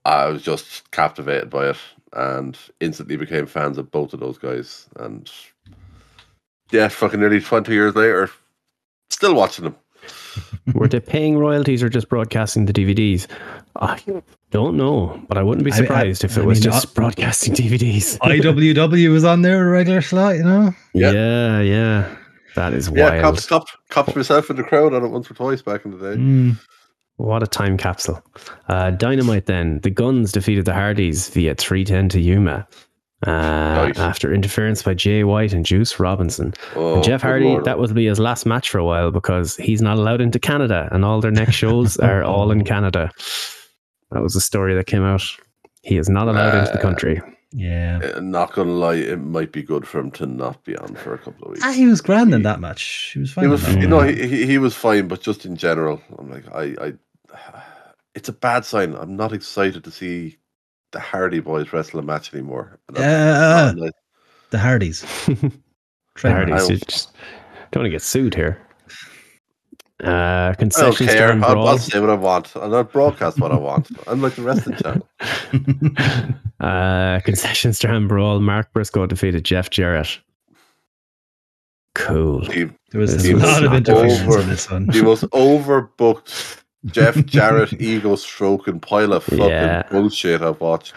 [SPEAKER 4] I was just captivated by it and instantly became fans of both of those guys. And yeah, fucking nearly twenty years later, still watching them.
[SPEAKER 2] Were they paying royalties or just broadcasting the DVDs? I don't know, but I wouldn't be
[SPEAKER 3] I mean, I-
[SPEAKER 2] surprised if it
[SPEAKER 3] I
[SPEAKER 2] was
[SPEAKER 3] mean,
[SPEAKER 2] just
[SPEAKER 3] I-
[SPEAKER 2] broadcasting DVDs.
[SPEAKER 3] IWW was on there a regular slot, you know?
[SPEAKER 4] Yeah.
[SPEAKER 2] yeah, yeah. That is
[SPEAKER 4] Yeah,
[SPEAKER 2] wild.
[SPEAKER 4] cops, cops, cops myself in the crowd on it once or twice back in the day.
[SPEAKER 3] Mm.
[SPEAKER 2] What a time capsule. Uh, Dynamite then. The Guns defeated the Hardys via 310 to Yuma. Uh,
[SPEAKER 4] Nice.
[SPEAKER 2] After interference by Jay White and Juice Robinson.
[SPEAKER 4] Oh,
[SPEAKER 2] And Jeff
[SPEAKER 4] good
[SPEAKER 2] Hardy,
[SPEAKER 4] lord.
[SPEAKER 2] that will be his last match for a while because he's not allowed into Canada, and all their next shows are all in Canada. That was a story that came out. He is not allowed into the
[SPEAKER 4] Uh,
[SPEAKER 2] country.
[SPEAKER 3] Yeah.
[SPEAKER 4] Uh, not gonna lie, it might be good for him to not be on for a couple of weeks.
[SPEAKER 3] Ah, he was grand in that match. He was fine.
[SPEAKER 4] he
[SPEAKER 3] in
[SPEAKER 4] was,
[SPEAKER 3] that
[SPEAKER 4] you
[SPEAKER 2] Mm.
[SPEAKER 4] know,
[SPEAKER 3] match.
[SPEAKER 4] he, he he was fine, but just in general, I'm like, I, I, it's a bad sign. I'm not excited to see the Hardy boys wrestle a match anymore. And that's not nice.
[SPEAKER 3] the Hardys. Trent
[SPEAKER 2] Hardy,
[SPEAKER 4] I
[SPEAKER 2] so
[SPEAKER 4] will-
[SPEAKER 2] just don't want to get sued here. Uh,
[SPEAKER 4] I don't
[SPEAKER 2] concession
[SPEAKER 4] care.
[SPEAKER 2] stand
[SPEAKER 4] I'll, I'll
[SPEAKER 2] brawl.
[SPEAKER 4] say what I want, and I'll broadcast what I want. I'm like the wrestling channel.
[SPEAKER 2] uh, concession stand brawl. Mark Briscoe defeated Jeff Jarrett. Cool.
[SPEAKER 4] The,
[SPEAKER 3] There was
[SPEAKER 2] This
[SPEAKER 3] a
[SPEAKER 2] was
[SPEAKER 3] lot of
[SPEAKER 2] not
[SPEAKER 3] interference
[SPEAKER 4] over.
[SPEAKER 3] in this one.
[SPEAKER 4] the most overbooked Jeff Jarrett ego stroking pile of fucking
[SPEAKER 2] Yeah.
[SPEAKER 4] bullshit I've watched.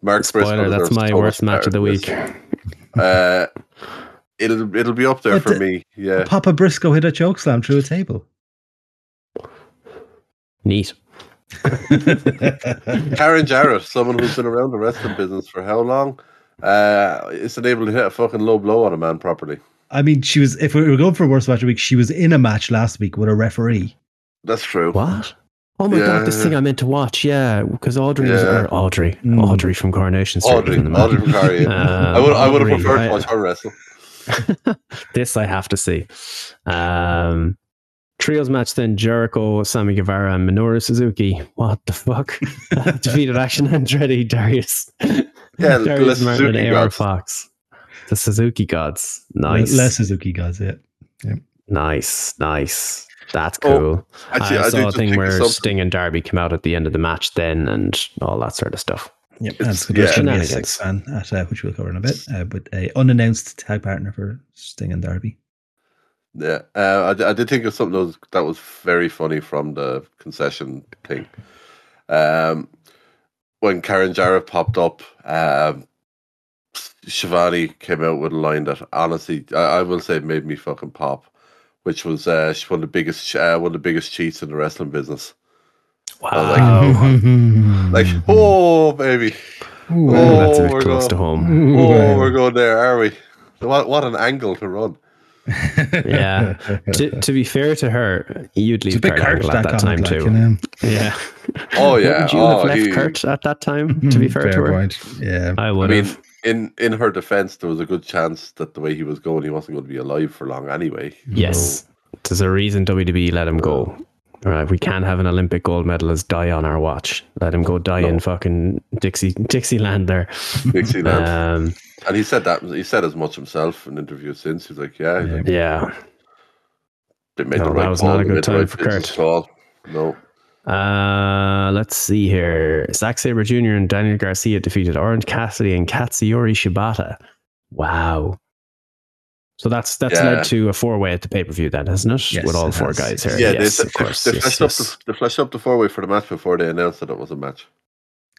[SPEAKER 4] Mark
[SPEAKER 2] Spoiler,
[SPEAKER 4] Briscoe
[SPEAKER 2] that's
[SPEAKER 4] deserves
[SPEAKER 2] my
[SPEAKER 4] so much
[SPEAKER 2] worst match of the
[SPEAKER 4] better than
[SPEAKER 2] week.
[SPEAKER 4] this. Uh, it'll it'll be up there
[SPEAKER 3] But
[SPEAKER 4] for
[SPEAKER 3] the-
[SPEAKER 4] me. Yeah,
[SPEAKER 3] Papa Briscoe hit a choke slam through a table.
[SPEAKER 2] Neat.
[SPEAKER 4] Karen Jarrett, someone who's been around the wrestling business for how long? Uh, isn't able to hit a fucking low blow on a man properly.
[SPEAKER 3] I mean, she was. If we were going for worst match of the week, she was in a match last week with a referee.
[SPEAKER 4] That's true.
[SPEAKER 2] What? Oh my god, this
[SPEAKER 4] Yeah.
[SPEAKER 2] thing I meant to watch. Yeah, because Audrey was
[SPEAKER 4] Yeah. Hmm.
[SPEAKER 2] or Audrey,
[SPEAKER 3] Mm.
[SPEAKER 2] Audrey from Coronation Street. was
[SPEAKER 4] Audrey,
[SPEAKER 2] in the
[SPEAKER 4] Audrey from Carrie.
[SPEAKER 2] Uh,
[SPEAKER 4] I would I would have
[SPEAKER 2] Audrey,
[SPEAKER 4] preferred
[SPEAKER 2] I-
[SPEAKER 4] to watch her wrestle.
[SPEAKER 2] this I have to see. Um, trios match then Jericho, Sammy Guevara, and Minoru Suzuki. What the fuck? Defeated Action Andretti, Darius,
[SPEAKER 4] Yeah,
[SPEAKER 2] Darius
[SPEAKER 4] the
[SPEAKER 2] Martin, and
[SPEAKER 4] Suzuki
[SPEAKER 2] Aaron
[SPEAKER 4] gods.
[SPEAKER 2] Fox. The Suzuki gods. Nice,
[SPEAKER 3] Less Suzuki guys. Yeah.
[SPEAKER 2] nice, nice. That's
[SPEAKER 4] Oh,
[SPEAKER 2] cool.
[SPEAKER 4] Actually,
[SPEAKER 2] I,
[SPEAKER 4] I, do
[SPEAKER 2] saw a
[SPEAKER 4] just
[SPEAKER 2] thing
[SPEAKER 4] think of
[SPEAKER 2] where
[SPEAKER 4] something.
[SPEAKER 2] Sting and Darby came out at the end of the match, then and all that sort of stuff.
[SPEAKER 3] Yep,
[SPEAKER 4] It's-
[SPEAKER 3] that's
[SPEAKER 4] yeah.
[SPEAKER 3] yeah, going to be a
[SPEAKER 2] Shenanigans.
[SPEAKER 3] six fan at uh, which we'll cover in a bit, uh, but a unannounced tag partner for Sting and Darby.
[SPEAKER 4] Yeah, uh, I, d- I did think of something that was, that was very funny from the concession thing. Um, when Karen Jarrett popped up, um, Shivani came out with a line that honestly, I, I will say, made me fucking pop, which was uh, she's one of the biggest uh, one of the biggest cheats in the wrestling business. Oh,
[SPEAKER 2] Wow.
[SPEAKER 3] Mm-hmm.
[SPEAKER 4] Like, oh baby,
[SPEAKER 2] Well, that's a
[SPEAKER 4] Oh,
[SPEAKER 2] bit
[SPEAKER 4] we're
[SPEAKER 2] close
[SPEAKER 4] go-
[SPEAKER 2] to
[SPEAKER 3] Mm-hmm.
[SPEAKER 2] home.
[SPEAKER 4] oh we're going there, are we? What what an angle to run!
[SPEAKER 2] Yeah. to, to be fair to her, you'd
[SPEAKER 3] It's a
[SPEAKER 2] leave
[SPEAKER 3] big
[SPEAKER 2] Kurt
[SPEAKER 3] card
[SPEAKER 2] Angle at that time
[SPEAKER 3] like,
[SPEAKER 2] too.
[SPEAKER 3] You know?
[SPEAKER 2] Yeah.
[SPEAKER 4] Oh, yeah.
[SPEAKER 2] Would you
[SPEAKER 4] Oh,
[SPEAKER 2] have left
[SPEAKER 4] he-
[SPEAKER 2] Kurt at that time?
[SPEAKER 3] Mm-hmm.
[SPEAKER 2] To be fair, to her,
[SPEAKER 3] point. Yeah.
[SPEAKER 2] I
[SPEAKER 4] I
[SPEAKER 2] would
[SPEAKER 4] mean,
[SPEAKER 2] have.
[SPEAKER 4] in in her defense, there was a good chance that the way he
[SPEAKER 3] Mm-hmm.
[SPEAKER 4] was going, he wasn't going to be alive for long anyway.
[SPEAKER 2] Yes, there's a reason WWE E let him go. All right, we can't have an Olympic gold medalist die on our watch. Let him go die
[SPEAKER 4] No.
[SPEAKER 2] in fucking Dixie Dixieland there.
[SPEAKER 4] Dixieland.
[SPEAKER 2] Um,
[SPEAKER 4] and he said that he said as much himself in interviews since. He's like, yeah, he's
[SPEAKER 3] Yeah.
[SPEAKER 4] like,
[SPEAKER 2] yeah.
[SPEAKER 4] they made
[SPEAKER 2] No,
[SPEAKER 4] the
[SPEAKER 2] that
[SPEAKER 4] right
[SPEAKER 2] was
[SPEAKER 4] call.
[SPEAKER 2] not a
[SPEAKER 4] they
[SPEAKER 2] good
[SPEAKER 4] made the
[SPEAKER 2] time
[SPEAKER 4] right
[SPEAKER 2] for
[SPEAKER 4] business
[SPEAKER 2] Kurt.
[SPEAKER 4] call. No,
[SPEAKER 2] Uh, let's see here. Zack Sabre Jr. and Daniel Garcia defeated Orange Cassidy and Katsuyori Shibata. Wow. So that's that's
[SPEAKER 4] Yeah.
[SPEAKER 2] led to a four way at the pay per view, then, hasn't it?
[SPEAKER 3] Yes,
[SPEAKER 2] With all
[SPEAKER 3] it
[SPEAKER 2] four
[SPEAKER 3] has.
[SPEAKER 2] guys here.
[SPEAKER 4] yeah,
[SPEAKER 2] yes,
[SPEAKER 4] they,
[SPEAKER 2] of course.
[SPEAKER 4] they,
[SPEAKER 2] yes,
[SPEAKER 4] fleshed
[SPEAKER 2] yes.
[SPEAKER 4] Up the, they fleshed up the four way for the match before they announced that it was a match.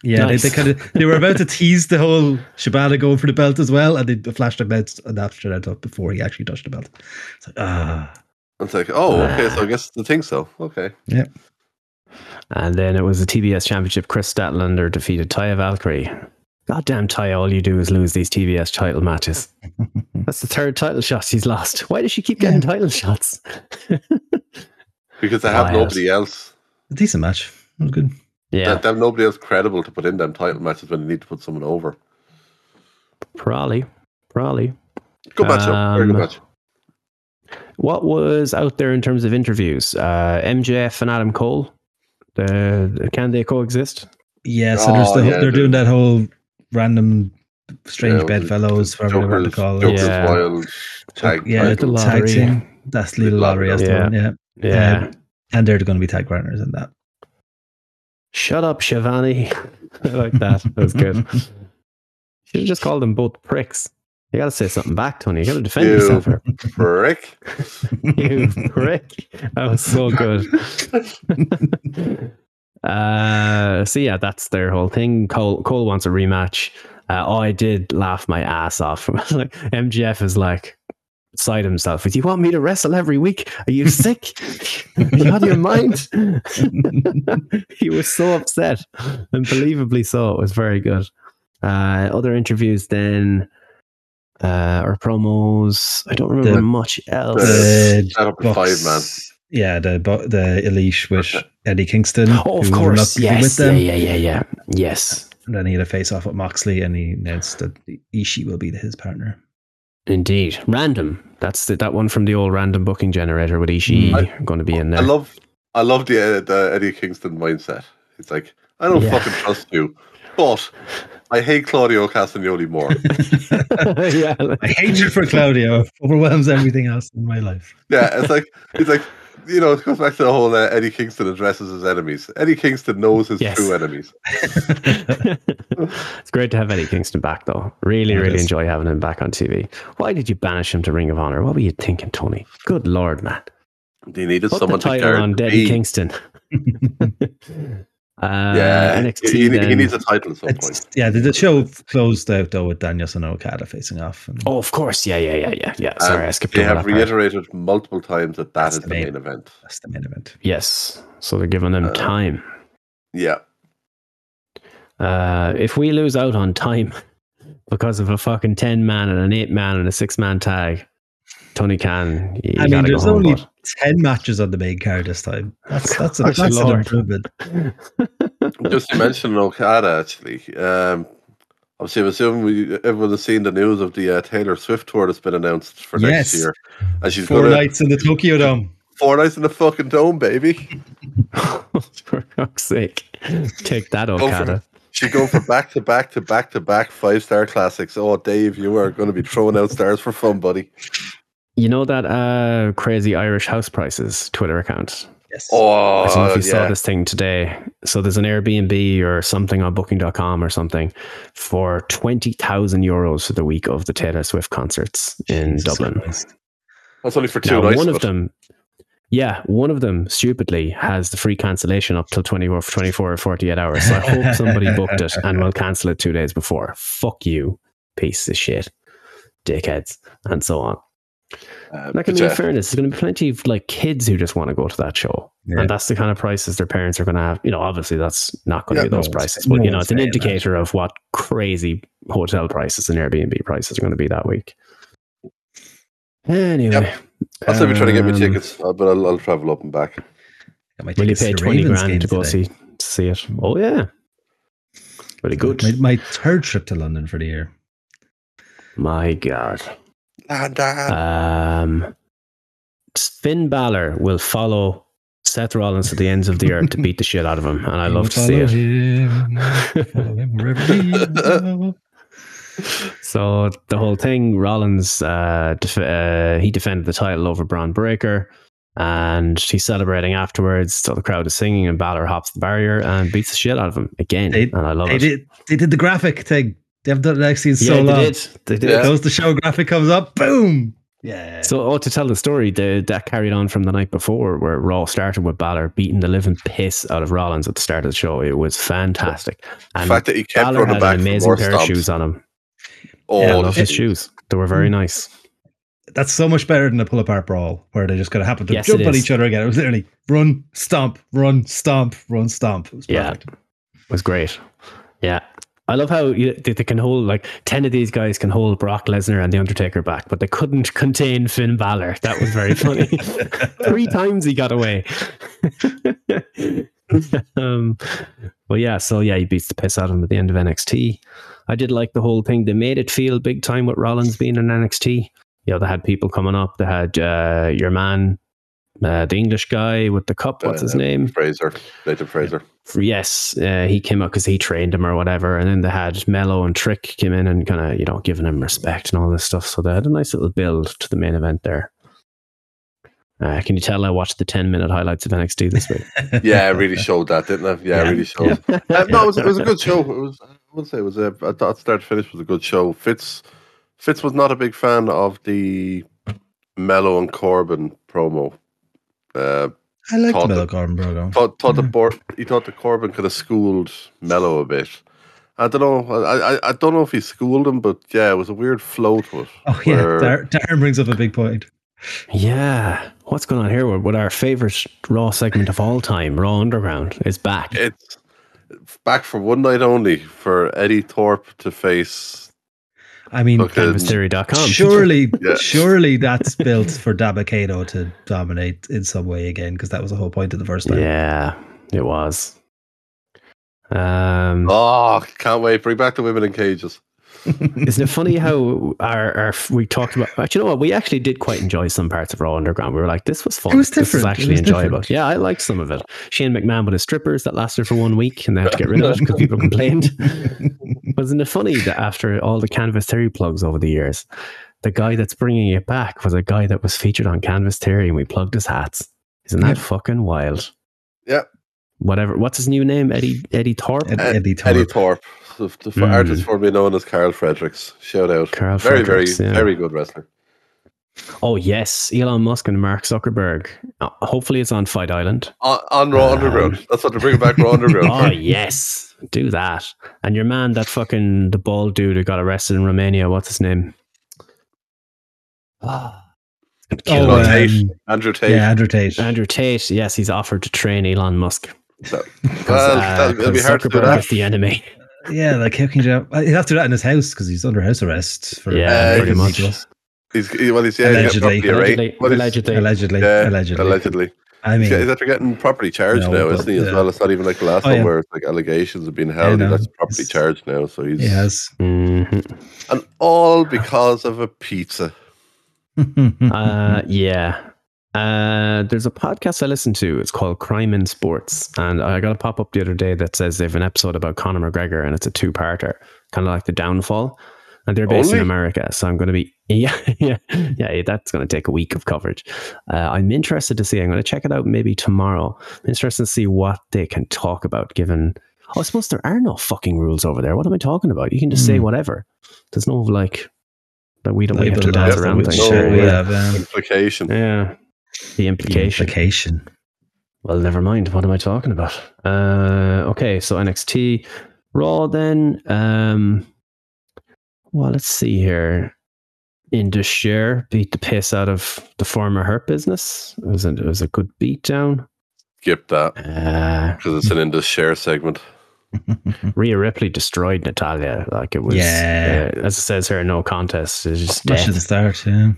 [SPEAKER 3] Yeah,
[SPEAKER 2] Nice.
[SPEAKER 3] they, they kind of they were about to tease the whole Shibata going for the belt as well, and they flashed their belts and after that up before he actually touched the belt. It's like, ah,
[SPEAKER 4] It's like, oh, okay, so
[SPEAKER 2] Ah.
[SPEAKER 4] I guess they think so. Okay.
[SPEAKER 2] And then it was the TBS Championship. Chris Statlander defeated Taya Valkyrie. Goddamn Taya, all you do is lose these TBS title matches. That's the third title shot she's lost. Why does she keep getting title shots?
[SPEAKER 4] Because they
[SPEAKER 2] Oh,
[SPEAKER 4] have
[SPEAKER 2] yes.
[SPEAKER 4] nobody else.
[SPEAKER 3] a decent match. It was good.
[SPEAKER 2] yeah,
[SPEAKER 4] They, they have nobody else credible to put in them title matches when they need to put someone over.
[SPEAKER 2] probably. Probably.
[SPEAKER 4] Good match, though. very good
[SPEAKER 2] Um,
[SPEAKER 4] match.
[SPEAKER 2] What was out there in terms of interviews? Uh, MJF and Adam Cole. The, the- can they coexist?
[SPEAKER 3] Yeah, so there's
[SPEAKER 4] Oh,
[SPEAKER 3] the whole,
[SPEAKER 4] yeah,
[SPEAKER 3] they're
[SPEAKER 4] the-
[SPEAKER 3] doing that whole random strange
[SPEAKER 4] Yeah,
[SPEAKER 3] bedfellows, whatever they want to
[SPEAKER 4] Joker's,
[SPEAKER 3] call it.
[SPEAKER 4] Joker's
[SPEAKER 2] Yeah.
[SPEAKER 4] Wild Tag.
[SPEAKER 3] yeah,
[SPEAKER 4] title.
[SPEAKER 3] Little
[SPEAKER 2] Little
[SPEAKER 3] tag
[SPEAKER 2] Lottery.
[SPEAKER 3] team. That's Little
[SPEAKER 4] Little
[SPEAKER 3] Lottery, that's
[SPEAKER 2] Lottery.
[SPEAKER 3] the one, yeah.
[SPEAKER 2] Yeah.
[SPEAKER 3] Um, And they're going to be tag partners in that.
[SPEAKER 2] Shut up, Shivani. I like that. That was good. Should have just called them both pricks. You got to say something back, Tony. You got to defend
[SPEAKER 4] Ew.
[SPEAKER 2] yourself here.
[SPEAKER 4] Frick.
[SPEAKER 2] you prick. That was so good. uh, so yeah, that's their whole thing. Cole Cole wants a rematch. Uh, oh, I did laugh my ass off. like MGF is like beside himself. Do you want me to wrestle every week? Are you sick? Are you out of your mind? he was so upset, unbelievably so. It was very good. Uh, other interviews then. Uh, or promos. I don't remember
[SPEAKER 3] The-
[SPEAKER 2] much else.
[SPEAKER 3] The
[SPEAKER 4] Set up a five
[SPEAKER 3] Bucks-
[SPEAKER 4] man.
[SPEAKER 3] Yeah, the bu- the Elite with Eddie Kingston.
[SPEAKER 4] Mm-hmm.
[SPEAKER 2] Oh, of
[SPEAKER 3] who will
[SPEAKER 2] course.
[SPEAKER 3] not be
[SPEAKER 2] Yes.
[SPEAKER 3] With
[SPEAKER 2] Yeah,
[SPEAKER 3] them.
[SPEAKER 2] yeah, yeah, yeah. Yes.
[SPEAKER 3] And then he had a face off with Moxley and he announced that Ishii will be his partner.
[SPEAKER 2] Indeed. Random. That's the, that one from the old random booking generator with Ishii
[SPEAKER 4] Mm.
[SPEAKER 2] going to be in there.
[SPEAKER 4] I love I love the, uh, the Eddie Kingston mindset. It's like, I don't
[SPEAKER 2] Yeah.
[SPEAKER 4] fucking trust you, but I hate Claudio Castagnoli more.
[SPEAKER 2] yeah.
[SPEAKER 3] My hatred for Claudio overwhelms everything else in my life.
[SPEAKER 4] yeah, it's like, it's like, you know, it goes back to the whole uh, Eddie Kingston addresses his enemies. Eddie Kingston knows his
[SPEAKER 2] Yes.
[SPEAKER 4] true enemies.
[SPEAKER 2] it's great to have Eddie Kingston back, though. Really,
[SPEAKER 3] Yeah, it
[SPEAKER 2] really
[SPEAKER 3] is.
[SPEAKER 2] enjoy having him back on TV. Why did you banish him to Ring of Honor? What were you thinking, Tony? Good Lord, man.
[SPEAKER 4] They needed
[SPEAKER 2] Put the
[SPEAKER 4] someone to
[SPEAKER 2] title
[SPEAKER 4] guard
[SPEAKER 2] on
[SPEAKER 4] the
[SPEAKER 2] Eddie
[SPEAKER 4] beam.
[SPEAKER 2] Kingston. Uh,
[SPEAKER 4] Yeah,
[SPEAKER 2] NXT
[SPEAKER 4] he, he
[SPEAKER 2] then.
[SPEAKER 4] needs a title at some point.
[SPEAKER 3] It's, yeah, the, the show closed out though with Danielson and Okada facing off. And
[SPEAKER 2] Oh, of course. Yeah, yeah, yeah, yeah, yeah. Sorry,
[SPEAKER 4] And
[SPEAKER 2] I skipped
[SPEAKER 4] Uh, They
[SPEAKER 2] over
[SPEAKER 4] have
[SPEAKER 2] that part.
[SPEAKER 4] reiterated multiple times that that
[SPEAKER 3] That's
[SPEAKER 4] is
[SPEAKER 3] the
[SPEAKER 4] the main
[SPEAKER 3] main-
[SPEAKER 4] event.
[SPEAKER 3] That's the main event.
[SPEAKER 2] Yes. So they're giving them
[SPEAKER 4] Uh,
[SPEAKER 2] time.
[SPEAKER 4] Yeah,
[SPEAKER 2] Uh, if we lose out on time because of a fucking 10 man and an 8 man and a 6 man tag, Tony Khan, you
[SPEAKER 3] I mean,
[SPEAKER 2] gotta go
[SPEAKER 3] there's
[SPEAKER 2] home.
[SPEAKER 3] only
[SPEAKER 2] bud.
[SPEAKER 3] ten matches on the main card this time. That's that's a,
[SPEAKER 2] Good
[SPEAKER 3] that's an
[SPEAKER 2] lord.
[SPEAKER 3] improvement.
[SPEAKER 4] just to mention Okada actually. Um, obviously, I'm assuming we, everyone has seen the news of the uh, Taylor Swift tour that's been announced for next
[SPEAKER 3] Yes.
[SPEAKER 4] year, and she's
[SPEAKER 3] Four
[SPEAKER 4] gonna
[SPEAKER 3] nights in the Tokyo Dome.
[SPEAKER 4] four nights in the fucking dome, baby.
[SPEAKER 2] For fuck's sake. Take that,
[SPEAKER 4] for
[SPEAKER 2] Okada.
[SPEAKER 4] She's going for back to back to back to back five star classics. Oh, Dave, you are going to be throwing out stars for fun, buddy.
[SPEAKER 2] You know that uh, crazy Irish house prices Twitter account?
[SPEAKER 3] Yes.
[SPEAKER 4] Oh,
[SPEAKER 2] I don't know if you saw
[SPEAKER 4] yeah.
[SPEAKER 2] this thing today. So there's an Airbnb or something on booking.com or something for 20,000 euros for the week of the Taylor Swift concerts in
[SPEAKER 3] Jesus
[SPEAKER 2] Dublin.
[SPEAKER 3] Christ.
[SPEAKER 4] That's only for two
[SPEAKER 2] Now,
[SPEAKER 4] nights.
[SPEAKER 2] one of
[SPEAKER 4] but
[SPEAKER 2] them, yeah, one of them stupidly has the free cancellation up till 20 or 24 or 48 hours. So I hope somebody booked it and will cancel it two days before. Fuck you, piece of shit, dickheads, and so on.
[SPEAKER 4] uh,
[SPEAKER 2] Like, I
[SPEAKER 4] but
[SPEAKER 2] mean, in
[SPEAKER 4] yeah.
[SPEAKER 2] fairness, there's going to be plenty of like kids who just want to go to that show.
[SPEAKER 3] Yeah.
[SPEAKER 2] And that's the kind of prices their parents are going to have. You know, obviously, that's not going to
[SPEAKER 4] Yeah,
[SPEAKER 2] be those
[SPEAKER 3] no one's-
[SPEAKER 2] prices, but
[SPEAKER 3] no
[SPEAKER 2] you know,
[SPEAKER 3] one's
[SPEAKER 2] it's an
[SPEAKER 3] paying that.
[SPEAKER 2] indicator of what crazy hotel prices and Airbnb prices are going to be that week. Anyway,
[SPEAKER 4] I'll still be trying to get me
[SPEAKER 2] um,
[SPEAKER 4] tickets, uh, but I'll, I'll travel up and back.
[SPEAKER 3] Got my
[SPEAKER 2] Will you
[SPEAKER 3] tickets
[SPEAKER 2] pay
[SPEAKER 3] the
[SPEAKER 2] twenty
[SPEAKER 3] Ravens game
[SPEAKER 2] grand to go
[SPEAKER 3] today.
[SPEAKER 2] see see it? Oh yeah, really good.
[SPEAKER 3] My, my third trip to London for the year.
[SPEAKER 2] My God. Uh,
[SPEAKER 4] Nah, nah.
[SPEAKER 2] Um, Finn Balor will follow Seth Rollins to the ends of the earth to beat the shit out of him, and I love to see
[SPEAKER 3] Follow
[SPEAKER 2] it.
[SPEAKER 3] him, follow him wherever he goes.
[SPEAKER 2] So the whole thing, Rollins, uh, def- uh, he defended the title over Braun Breaker, and he's celebrating afterwards. So the crowd is singing, and Balor hops the barrier and beats the shit out of him again.
[SPEAKER 3] They-
[SPEAKER 2] and I love
[SPEAKER 3] They
[SPEAKER 2] it.
[SPEAKER 3] did, they did the graphic thing. They haven't done it actually in
[SPEAKER 2] yeah,
[SPEAKER 3] so
[SPEAKER 2] they
[SPEAKER 3] long.
[SPEAKER 2] did. They did.
[SPEAKER 4] Yeah.
[SPEAKER 3] Goes the show graphic comes up, boom. Yeah.
[SPEAKER 2] So, oh, to tell the story, the, that carried on from the night before, where Raw started with Balor beating the living piss out of Rollins at the start of the show. It was fantastic,
[SPEAKER 4] The
[SPEAKER 2] and
[SPEAKER 4] fact that he kept
[SPEAKER 2] Balor
[SPEAKER 4] running
[SPEAKER 2] had
[SPEAKER 4] back
[SPEAKER 2] an
[SPEAKER 4] for
[SPEAKER 2] amazing
[SPEAKER 4] more
[SPEAKER 2] pair
[SPEAKER 4] stomps.
[SPEAKER 2] of shoes on him.
[SPEAKER 4] Oh,
[SPEAKER 2] I
[SPEAKER 3] Yeah,
[SPEAKER 2] love his
[SPEAKER 4] shit.
[SPEAKER 2] shoes; they were
[SPEAKER 4] Mm.
[SPEAKER 2] very nice.
[SPEAKER 3] That's so much better than a pull apart brawl where they just kind of happen to
[SPEAKER 2] Yes,
[SPEAKER 3] jump
[SPEAKER 2] it
[SPEAKER 3] on
[SPEAKER 2] is.
[SPEAKER 3] each other again. It was literally run, stomp, run, stomp, run, stomp. It was
[SPEAKER 2] Yeah.
[SPEAKER 3] perfect.
[SPEAKER 2] was great. Yeah. I love how you, they, they can hold like 10 of these guys can hold Brock Lesnar and The Undertaker back, but they couldn't contain Finn Balor. That was very funny. Three times he got away. um, well, yeah. So, yeah, he beats the piss out of him at the end of NXT. I did like the whole thing. They made it feel big time with Rollins being in NXT. You know, they had people coming up. They had uh, your man, uh, the English guy with the cup. What's his
[SPEAKER 4] Uh,
[SPEAKER 2] name?
[SPEAKER 4] Fraser, Nathan Fraser.
[SPEAKER 2] yes, uh, he came up because he trained him or whatever. And then they had Mello and Trick came in and kind of, you know, giving him respect and all this stuff. So they had a nice little build to the main event there. Uh, can you tell I watched the 10 minute highlights of NXT this week?
[SPEAKER 4] Yeah, it really showed that, didn't it? Yeah,
[SPEAKER 2] Yeah.
[SPEAKER 4] it really showed. Uh, no, it was, it was a good show. It was. I would say it was. A, I thought start to finish was a good show. Fitz, Fitz was not a big fan of the Mello and Corbin promo. Uh,
[SPEAKER 3] I like the
[SPEAKER 4] Thought
[SPEAKER 3] Mellow
[SPEAKER 4] that-
[SPEAKER 3] Carbon program.
[SPEAKER 4] thought thought the Bor- he thought the Corbin could have schooled Mello a bit. I don't know. I, I I don't know if he schooled him, but yeah, it was a weird flow to it.
[SPEAKER 3] Oh yeah,
[SPEAKER 4] where-
[SPEAKER 3] Dar- Darren brings up a big point.
[SPEAKER 2] yeah. What's going on here with, with our favorite Raw segment of all time, Raw Underground, is back.
[SPEAKER 4] It's back for one night only for Eddie Thorpe to face.
[SPEAKER 3] I mean,
[SPEAKER 4] Look, uh,
[SPEAKER 2] Mystery.com.
[SPEAKER 3] surely,
[SPEAKER 4] Yeah.
[SPEAKER 3] surely that's built for Dabakato to dominate in some way again because that was the whole point of the first time.
[SPEAKER 2] Yeah, it was. Um,
[SPEAKER 4] Oh, can't wait! Bring back the women in cages.
[SPEAKER 2] Isn't it funny how our, our we talked about? Actually, you know what? We actually did quite enjoy some parts of Raw Underground. We were like, "This was fun.
[SPEAKER 3] It was
[SPEAKER 2] This is
[SPEAKER 3] different. It
[SPEAKER 2] actually
[SPEAKER 3] was
[SPEAKER 2] enjoyable."
[SPEAKER 3] different.
[SPEAKER 2] Yeah, I liked some of it. Shane McMahon with his strippers that lasted for one week, and they had to get rid of it because people complained. Wasn't it funny that after all the Canvas Theory plugs over the years, the guy that's bringing it back was a guy that was featured on Canvas Theory, and we plugged his hats. Isn't that fucking wild?
[SPEAKER 4] Yeah.
[SPEAKER 2] Whatever. What's his new name? Eddie Eddie Thorpe.
[SPEAKER 3] Ed-
[SPEAKER 4] Uh,
[SPEAKER 3] Eddie
[SPEAKER 4] Eddie
[SPEAKER 3] Thorpe.
[SPEAKER 4] Thorpe, the, the
[SPEAKER 2] Mm.
[SPEAKER 4] artist formerly known as Carl Fredericks. Shout out.
[SPEAKER 2] Carl
[SPEAKER 4] very,
[SPEAKER 2] Fredericks,
[SPEAKER 4] very,
[SPEAKER 2] yeah.
[SPEAKER 4] very good wrestler.
[SPEAKER 2] Oh yes, Elon Musk and Mark Zuckerberg. Uh, Hopefully, it's on Fight Island.
[SPEAKER 4] On, on Raw
[SPEAKER 2] Um,
[SPEAKER 4] Underground. That's what they're bringing back Raw Underground.
[SPEAKER 2] Oh yes, do that. And your man, that fucking the bald dude who got arrested in Romania. What's his name?
[SPEAKER 3] Oh,
[SPEAKER 4] Elon Tate.
[SPEAKER 3] um,
[SPEAKER 4] Andrew Tate.
[SPEAKER 3] yeah, Andrew Tate.
[SPEAKER 2] Andrew Tate. Yes, he's offered to train Elon Musk. 'cause,
[SPEAKER 4] well,
[SPEAKER 2] uh,
[SPEAKER 4] that, it'll be
[SPEAKER 2] 'cause
[SPEAKER 4] hard to do
[SPEAKER 2] Zuckerberg
[SPEAKER 4] that.
[SPEAKER 2] is the enemy.
[SPEAKER 3] Yeah, like how can you? Do that? He'll have to do that in his house because he's under house arrest for
[SPEAKER 2] Yeah,
[SPEAKER 4] Uh,
[SPEAKER 2] pretty
[SPEAKER 4] he's-
[SPEAKER 2] much.
[SPEAKER 4] He's, he- well, he's, yeah,
[SPEAKER 3] Allegedly.
[SPEAKER 4] he's got property
[SPEAKER 2] Allegedly,
[SPEAKER 4] arraigned. Well, he's-
[SPEAKER 2] allegedly.
[SPEAKER 3] allegedly.
[SPEAKER 4] Yeah,
[SPEAKER 3] allegedly.
[SPEAKER 4] allegedly.
[SPEAKER 3] I mean,
[SPEAKER 4] He's got- he's after getting property charged
[SPEAKER 3] No,
[SPEAKER 4] now,
[SPEAKER 3] but-
[SPEAKER 4] isn't he? As
[SPEAKER 3] yeah.
[SPEAKER 4] well, it's not even like the last
[SPEAKER 3] Oh,
[SPEAKER 4] one
[SPEAKER 3] yeah.
[SPEAKER 4] where it's like allegations have been held.
[SPEAKER 3] Yeah,
[SPEAKER 4] and
[SPEAKER 3] no,
[SPEAKER 4] that's property
[SPEAKER 3] it's-
[SPEAKER 4] charged now, so he's
[SPEAKER 3] he has.
[SPEAKER 2] Mhm.
[SPEAKER 4] and all because of a pizza.
[SPEAKER 2] Uh, yeah. Uh, there's a podcast I listen to. It's called Crime in Sports, and I got a pop up the other day that says they have an episode about Conor McGregor, and it's a two parter, kind of like the downfall. And they're based in
[SPEAKER 4] Only?
[SPEAKER 2] America, so I'm going to be yeah, yeah, yeah. That's going to take a week of coverage. Uh, I'm interested to see. I'm going to check it out maybe tomorrow. I'm interested to see what they can talk about. Given, oh, I suppose there are no fucking rules over there. What am I talking about? You can just say
[SPEAKER 3] Hmm. whatever.
[SPEAKER 2] whatever. There's no like that we don't we have
[SPEAKER 3] Label
[SPEAKER 2] to
[SPEAKER 3] laws
[SPEAKER 2] dance
[SPEAKER 3] that
[SPEAKER 2] around
[SPEAKER 3] we um,
[SPEAKER 2] things.
[SPEAKER 3] share,
[SPEAKER 4] No,
[SPEAKER 2] yeah.
[SPEAKER 3] yeah, man.
[SPEAKER 4] Implication.
[SPEAKER 2] Yeah. The implication.
[SPEAKER 3] Implication.
[SPEAKER 2] Well, never mind. What am I talking about? Uh, okay, so NXT Raw then. Um, well, let's see here. Indusher beat the piss out of the former Hurt business. It was a, it was a good beatdown.
[SPEAKER 4] Skip that
[SPEAKER 2] Uh,
[SPEAKER 4] because it's an in the share segment.
[SPEAKER 2] Rhea Ripley destroyed Natalia. Like it was,
[SPEAKER 3] Yeah.
[SPEAKER 2] uh, as it says here, no contest. It's just
[SPEAKER 3] Smash
[SPEAKER 2] death.
[SPEAKER 3] at the start. Yeah.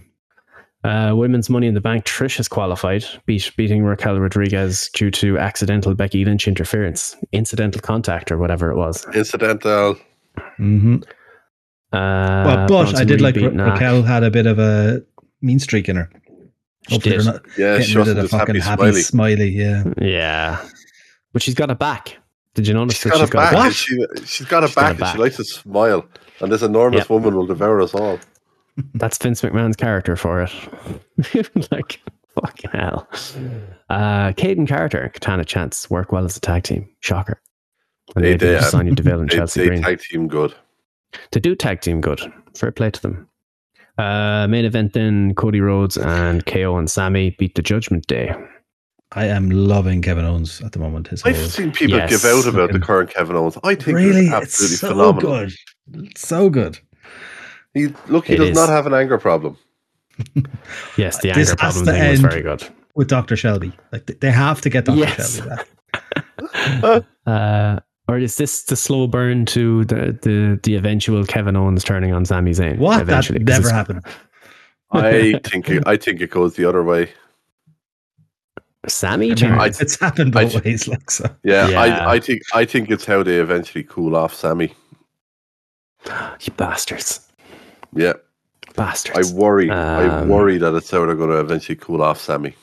[SPEAKER 2] Uh, women's Money in the Bank. Trish has qualified, beat, beating Raquel Rodriguez due to accidental Becky Lynch interference, incidental contact, or whatever it was.
[SPEAKER 4] Incidental.
[SPEAKER 3] hmm
[SPEAKER 2] Uh,
[SPEAKER 3] well, but
[SPEAKER 2] Bronson
[SPEAKER 3] I did
[SPEAKER 2] Reed
[SPEAKER 3] like Ra-
[SPEAKER 2] beat Nash.
[SPEAKER 3] Raquel had a bit of a mean streak in her. Hopefully
[SPEAKER 2] did.
[SPEAKER 3] they're not
[SPEAKER 4] Yeah,
[SPEAKER 3] getting
[SPEAKER 4] she
[SPEAKER 3] rid
[SPEAKER 4] wasn't
[SPEAKER 3] of the
[SPEAKER 4] just happy
[SPEAKER 3] fucking happy,
[SPEAKER 4] smiley.
[SPEAKER 3] smiley. Yeah,
[SPEAKER 2] Yeah. But she's got it back. Did you notice
[SPEAKER 4] She's
[SPEAKER 2] that
[SPEAKER 4] got,
[SPEAKER 2] she's
[SPEAKER 4] a back. and
[SPEAKER 2] got it back?
[SPEAKER 4] She, she's got a
[SPEAKER 2] She's got
[SPEAKER 4] back,
[SPEAKER 2] a
[SPEAKER 4] and she
[SPEAKER 2] back.
[SPEAKER 4] likes to smile. And this enormous
[SPEAKER 2] Yep.
[SPEAKER 4] woman will devour us all.
[SPEAKER 2] That's Vince McMahon's character for it. like, fucking hell. Uh, Kate and Carter, and Katana Chance work well as a tag team. Shocker. And
[SPEAKER 4] They
[SPEAKER 2] they, do
[SPEAKER 4] did.
[SPEAKER 2] Sonya Deville and
[SPEAKER 4] They,
[SPEAKER 2] Chelsea
[SPEAKER 4] they
[SPEAKER 2] Green.
[SPEAKER 4] tag team good.
[SPEAKER 2] They do tag team good. Fair play to them. Uh, main event then Cody Rhodes and KO and Sammy beat the Judgment Day.
[SPEAKER 3] I am loving Kevin Owens at the moment. His
[SPEAKER 4] I've
[SPEAKER 3] whole-
[SPEAKER 4] seen people
[SPEAKER 2] Yes.
[SPEAKER 4] give out about the current Kevin Owens. I think
[SPEAKER 3] really,
[SPEAKER 4] he's
[SPEAKER 3] it's
[SPEAKER 4] absolutely
[SPEAKER 3] so
[SPEAKER 4] phenomenal.
[SPEAKER 3] good, It's so good.
[SPEAKER 4] He, look, he
[SPEAKER 2] It
[SPEAKER 4] does
[SPEAKER 2] is.
[SPEAKER 4] not have an anger problem.
[SPEAKER 2] Yes, the
[SPEAKER 3] This
[SPEAKER 2] anger
[SPEAKER 3] has
[SPEAKER 2] problem
[SPEAKER 3] to
[SPEAKER 2] thing was
[SPEAKER 3] end.
[SPEAKER 2] very good.
[SPEAKER 3] with Doctor Shelby. Like th- they have to get Doctor
[SPEAKER 2] Yes.
[SPEAKER 3] Shelby. Back.
[SPEAKER 2] uh, or is this the slow burn to the, the the eventual Kevin Owens turning on Sami Zayn?
[SPEAKER 3] What that
[SPEAKER 2] Eventually, 'cause
[SPEAKER 3] never
[SPEAKER 2] it's-
[SPEAKER 3] happened.
[SPEAKER 4] I think it, I think it goes the other way.
[SPEAKER 2] Sammy
[SPEAKER 3] I
[SPEAKER 2] turned.
[SPEAKER 3] mean,
[SPEAKER 4] I-
[SPEAKER 3] it's happened
[SPEAKER 4] I-
[SPEAKER 3] both ways. Like so,
[SPEAKER 4] Yeah,
[SPEAKER 2] Yeah.
[SPEAKER 4] I, I think I think it's how they eventually cool off Sammy.
[SPEAKER 2] you bastards,
[SPEAKER 4] Yeah, I
[SPEAKER 2] bastards.
[SPEAKER 4] worry. I
[SPEAKER 2] Um,
[SPEAKER 4] worry that it's how they're going to eventually cool off Sammy.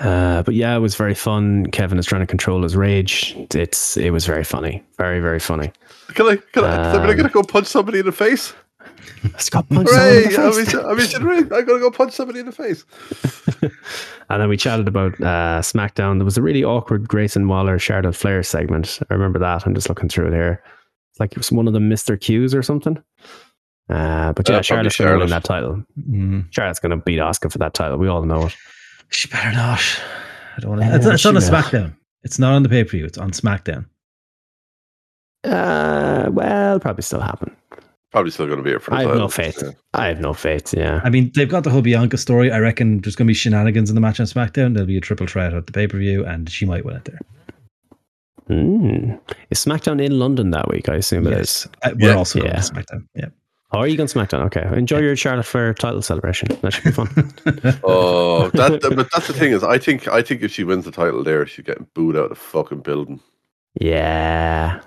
[SPEAKER 2] uh, but yeah, it was very fun. Kevin is trying to control his rage. It's it was very funny, very very funny.
[SPEAKER 4] Can I? Can I? Am I
[SPEAKER 2] Um,
[SPEAKER 4] going to go punch somebody in the face?
[SPEAKER 2] Scott punched someone in
[SPEAKER 4] Hooray!
[SPEAKER 2] the
[SPEAKER 4] I'm
[SPEAKER 2] face.
[SPEAKER 4] in- I'm in the ring. I'm going to go punch somebody in the face.
[SPEAKER 2] And then we chatted about uh, SmackDown. There was a really awkward Grayson Waller Charlotte Flair segment. I remember that. I'm just looking through it here. It's like it was one of the Mr. Qs or something. Uh, but
[SPEAKER 4] Uh, probably
[SPEAKER 2] yeah, Charlotte's going to
[SPEAKER 4] Charlotte.
[SPEAKER 2] win that title.
[SPEAKER 3] Mm.
[SPEAKER 2] Charlotte's going to beat Oscar for that title. We all know it.
[SPEAKER 3] she better not. I don't want
[SPEAKER 2] Yeah,
[SPEAKER 3] to. It's, it's on a
[SPEAKER 2] she will.
[SPEAKER 3] SmackDown. It's not on the pay per view. It's on SmackDown.
[SPEAKER 2] Uh, well, probably still happen.
[SPEAKER 4] Probably still going to be here for. a
[SPEAKER 2] I have
[SPEAKER 4] title.
[SPEAKER 2] no faith.
[SPEAKER 4] Yeah.
[SPEAKER 2] I have no faith. Yeah.
[SPEAKER 3] I mean, they've got the whole Bianca story. I reckon there's going to be shenanigans in the match on SmackDown. There'll be a triple threat at the pay per view, and she might win it there.
[SPEAKER 2] Mm. Is SmackDown in London that week? I assume it is.
[SPEAKER 3] Uh, we're
[SPEAKER 4] Yeah.
[SPEAKER 3] also going
[SPEAKER 2] Yeah.
[SPEAKER 3] to SmackDown. Yeah.
[SPEAKER 2] Oh, are you going SmackDown? Okay. Enjoy your Charlotte Flair title celebration. That should be fun.
[SPEAKER 4] Oh, that, that- but that's the thing is, I think I think if she wins the title there, she's getting booed out of the fucking building.
[SPEAKER 2] Yeah.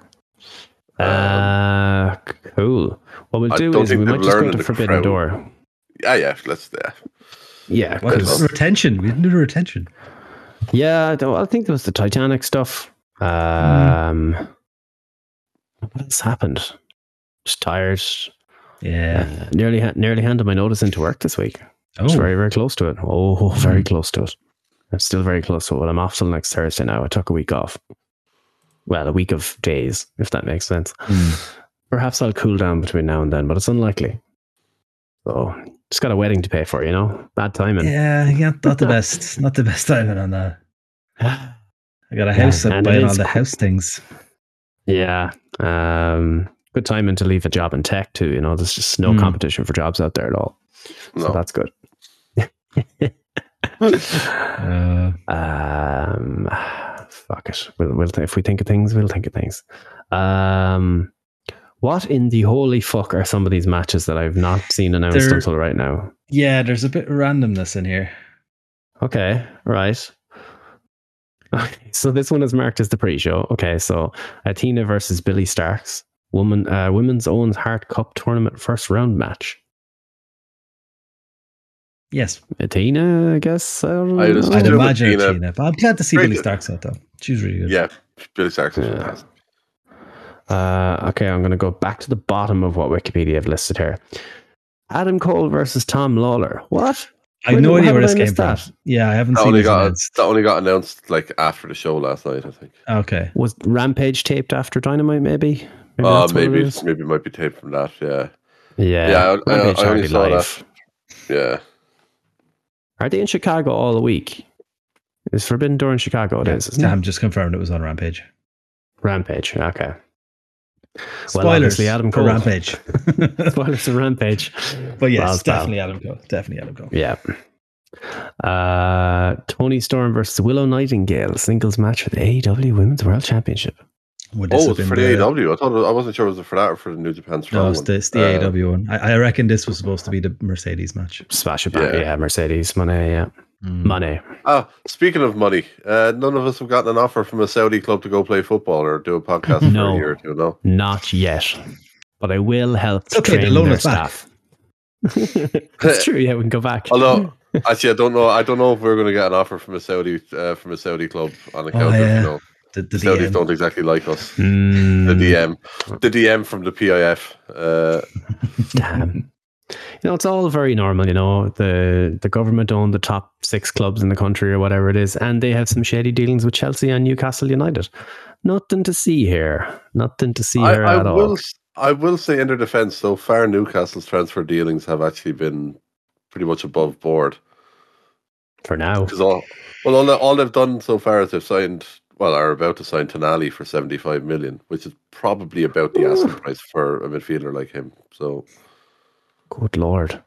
[SPEAKER 4] Um,
[SPEAKER 2] Uh, cool. What we'll
[SPEAKER 4] I
[SPEAKER 2] do
[SPEAKER 4] don't
[SPEAKER 2] is
[SPEAKER 4] think
[SPEAKER 2] we
[SPEAKER 4] they've
[SPEAKER 2] might just go
[SPEAKER 4] learned
[SPEAKER 2] to
[SPEAKER 4] the
[SPEAKER 2] Forbidden
[SPEAKER 4] crowd.
[SPEAKER 2] Door.
[SPEAKER 4] Yeah, yeah, let's. Yeah.
[SPEAKER 2] Yeah,
[SPEAKER 3] What is
[SPEAKER 2] 'cause-
[SPEAKER 3] retention? We didn't do the retention.
[SPEAKER 2] yeah. I don't- I think there was the Titanic stuff.
[SPEAKER 4] Hmm.
[SPEAKER 2] Um, what else happened? Just tired.
[SPEAKER 3] Yeah.
[SPEAKER 2] Uh, nearly, ha- nearly handed my notice into work this week.
[SPEAKER 3] Oh,
[SPEAKER 2] It's very, very close to it. Oh, very
[SPEAKER 4] Hmm.
[SPEAKER 3] Mm.
[SPEAKER 2] close to it. I'm still very close to it. I'm off till next Thursday now. I took a week off. Well, a week of days, if that makes sense.
[SPEAKER 3] Mm.
[SPEAKER 2] Perhaps I'll cool down between now and then, but it's unlikely. So, just got a wedding to pay for, you know? Bad timing.
[SPEAKER 3] yeah, yeah, not the best, not the best timing on that. I got a
[SPEAKER 2] Yeah,
[SPEAKER 3] house up
[SPEAKER 2] and it
[SPEAKER 3] buying all
[SPEAKER 2] is
[SPEAKER 3] the
[SPEAKER 2] qu-
[SPEAKER 3] house things.
[SPEAKER 2] Yeah. Um, good timing to leave a job in tech, too. You know, there's just no
[SPEAKER 3] Hmm.
[SPEAKER 2] competition for jobs out there at all. So,
[SPEAKER 4] No.
[SPEAKER 2] that's good.
[SPEAKER 3] Uh,
[SPEAKER 2] Um, fuck it. We'll, we'll if we think of things, we'll think of things. Um, what in the holy fuck are some of these matches that I've not seen announced
[SPEAKER 3] They're-
[SPEAKER 2] until right now?
[SPEAKER 3] yeah, there's a bit of randomness in here.
[SPEAKER 2] Okay, right. Okay, so this one is marked as the pre-show. Okay, so Athena versus Billy Starks, woman, uh, women's Owens Heart Cup tournament first round match.
[SPEAKER 3] Yes,
[SPEAKER 2] Athena, I guess. I don't
[SPEAKER 4] I just-
[SPEAKER 2] know.
[SPEAKER 3] I'd
[SPEAKER 4] do with
[SPEAKER 3] imagine
[SPEAKER 4] Tina.
[SPEAKER 3] Tina. but I'm glad to see
[SPEAKER 4] Great.
[SPEAKER 3] Billy Stark's out though. She was really good.
[SPEAKER 4] Yeah, Billy Starks is
[SPEAKER 2] Yeah.
[SPEAKER 4] fantastic.
[SPEAKER 2] Uh, okay, I'm going to go back to the bottom of what Wikipedia have listed here. Adam Cole versus Tom Lawler. What?
[SPEAKER 3] I
[SPEAKER 2] Wait,
[SPEAKER 3] have no
[SPEAKER 2] how
[SPEAKER 3] idea where
[SPEAKER 2] did
[SPEAKER 3] this
[SPEAKER 2] I
[SPEAKER 3] came
[SPEAKER 2] miss
[SPEAKER 3] from.
[SPEAKER 2] that? Oh,
[SPEAKER 3] Yeah, I haven't
[SPEAKER 4] That
[SPEAKER 3] seen
[SPEAKER 4] only
[SPEAKER 3] this.
[SPEAKER 4] got
[SPEAKER 3] announced.
[SPEAKER 4] that only got announced like after the show last night, I think.
[SPEAKER 3] Okay,
[SPEAKER 2] Was Rampage taped after Dynamite? Maybe. Maybe
[SPEAKER 4] Oh,
[SPEAKER 2] that's what it
[SPEAKER 4] maybe
[SPEAKER 2] is?
[SPEAKER 4] maybe it might be taped from that. Yeah,
[SPEAKER 2] Yeah.
[SPEAKER 4] Yeah, I- I-
[SPEAKER 2] Rampage
[SPEAKER 4] I only
[SPEAKER 2] hardly
[SPEAKER 4] saw that.
[SPEAKER 2] live.
[SPEAKER 4] yeah.
[SPEAKER 2] Are they in Chicago all the week? Is Forbidden Door in Chicago? It is, isn't it?
[SPEAKER 3] Sam just confirmed it was on Rampage.
[SPEAKER 2] Rampage. Okay. Well,
[SPEAKER 3] Spoilers
[SPEAKER 2] obviously Adam
[SPEAKER 3] for
[SPEAKER 2] Cole.
[SPEAKER 3] Rampage.
[SPEAKER 2] Spoilers of Rampage.
[SPEAKER 3] but yes,
[SPEAKER 2] Well,
[SPEAKER 3] definitely Adam Cole. Definitely Adam Cole.
[SPEAKER 2] Yeah. Uh, Tony Storm versus Willow Nightingale singles match for the AEW Women's World Championship.
[SPEAKER 3] Would this
[SPEAKER 4] Oh,
[SPEAKER 3] have
[SPEAKER 4] it's
[SPEAKER 3] been
[SPEAKER 4] for the AEW. I thought it- I wasn't sure it was for that or for the New Japan Strong.
[SPEAKER 3] No, it's the, it's the
[SPEAKER 4] one. Uh,
[SPEAKER 3] AEW one. I, I reckon this was supposed to be the Mercedes match.
[SPEAKER 2] Smash it
[SPEAKER 4] Yeah.
[SPEAKER 2] yeah. yeah, Mercedes, money, yeah, money.
[SPEAKER 4] Ah, speaking of money, uh, none of us have gotten an offer from a Saudi club to go play football or do a podcast for
[SPEAKER 2] No.
[SPEAKER 4] a year or two. No,
[SPEAKER 2] Not yet, but I will help
[SPEAKER 3] It's okay,
[SPEAKER 2] train
[SPEAKER 3] the loan
[SPEAKER 2] their
[SPEAKER 3] is back.
[SPEAKER 2] staff. That's true. Yeah, we can go back.
[SPEAKER 4] although Actually, I don't know. I don't know if we're going to get an offer from a Saudi uh, from a Saudi club on account of
[SPEAKER 3] yeah.
[SPEAKER 4] you know
[SPEAKER 3] The, the
[SPEAKER 4] Saudis
[SPEAKER 3] DM.
[SPEAKER 4] don't exactly like us.
[SPEAKER 2] Mm,
[SPEAKER 4] The DM, the DM from the PIF. Uh,
[SPEAKER 2] damn. Mm-hmm. You know, it's all very normal. You know, the the government own the top six clubs in the country or whatever it is, and they have some shady dealings with Chelsea and Newcastle United. Nothing to see here. Nothing to see
[SPEAKER 4] I,
[SPEAKER 2] here
[SPEAKER 4] I
[SPEAKER 2] at
[SPEAKER 4] will.
[SPEAKER 2] all.
[SPEAKER 4] s- I will say, in their defence, so far Newcastle's transfer dealings have actually been pretty much above board.
[SPEAKER 2] For now,
[SPEAKER 4] Because all, well, all, they- all they've done so far is they've signed, well, are about to sign Tonali for seventy-five million, which is probably about the asking price for a midfielder like him. So,
[SPEAKER 2] good lord.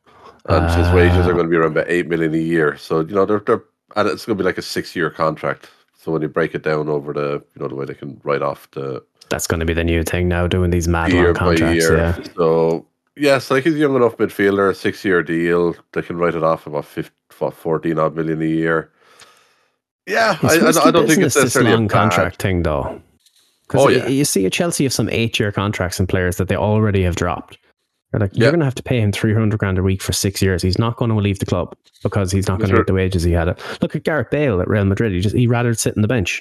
[SPEAKER 4] and his wages
[SPEAKER 2] Uh,
[SPEAKER 4] are going to be around about eight million a year. So, you know, they're they're, and it's going to be like a six-year contract. So when you break it down over the, you know, the way they can write off the
[SPEAKER 2] That's going to be the new thing now, doing these mad long
[SPEAKER 4] year by
[SPEAKER 2] contracts.
[SPEAKER 4] year.
[SPEAKER 2] Yeah.
[SPEAKER 4] So yes, like he's a young enough midfielder, six year deal. They can write it off about 15, what, 14 odd million a year. Yeah,
[SPEAKER 2] It's
[SPEAKER 4] I, I,
[SPEAKER 2] risky
[SPEAKER 4] I don't think
[SPEAKER 2] business,
[SPEAKER 4] it's
[SPEAKER 2] this
[SPEAKER 4] necessarily a
[SPEAKER 2] long
[SPEAKER 4] bad-
[SPEAKER 2] contract thing, though. Because
[SPEAKER 4] Oh, yeah.
[SPEAKER 2] you see at Chelsea have some eight-year contracts and players that they already have dropped. They're like, you're
[SPEAKER 4] Yeah.
[SPEAKER 2] going to have to pay him three hundred grand a week for six years. He's not going to leave the club because he's not
[SPEAKER 4] That's
[SPEAKER 2] going to
[SPEAKER 4] right.
[SPEAKER 2] get the wages he had. Look at Gareth Bale at Real Madrid. He just he rather sit on the bench,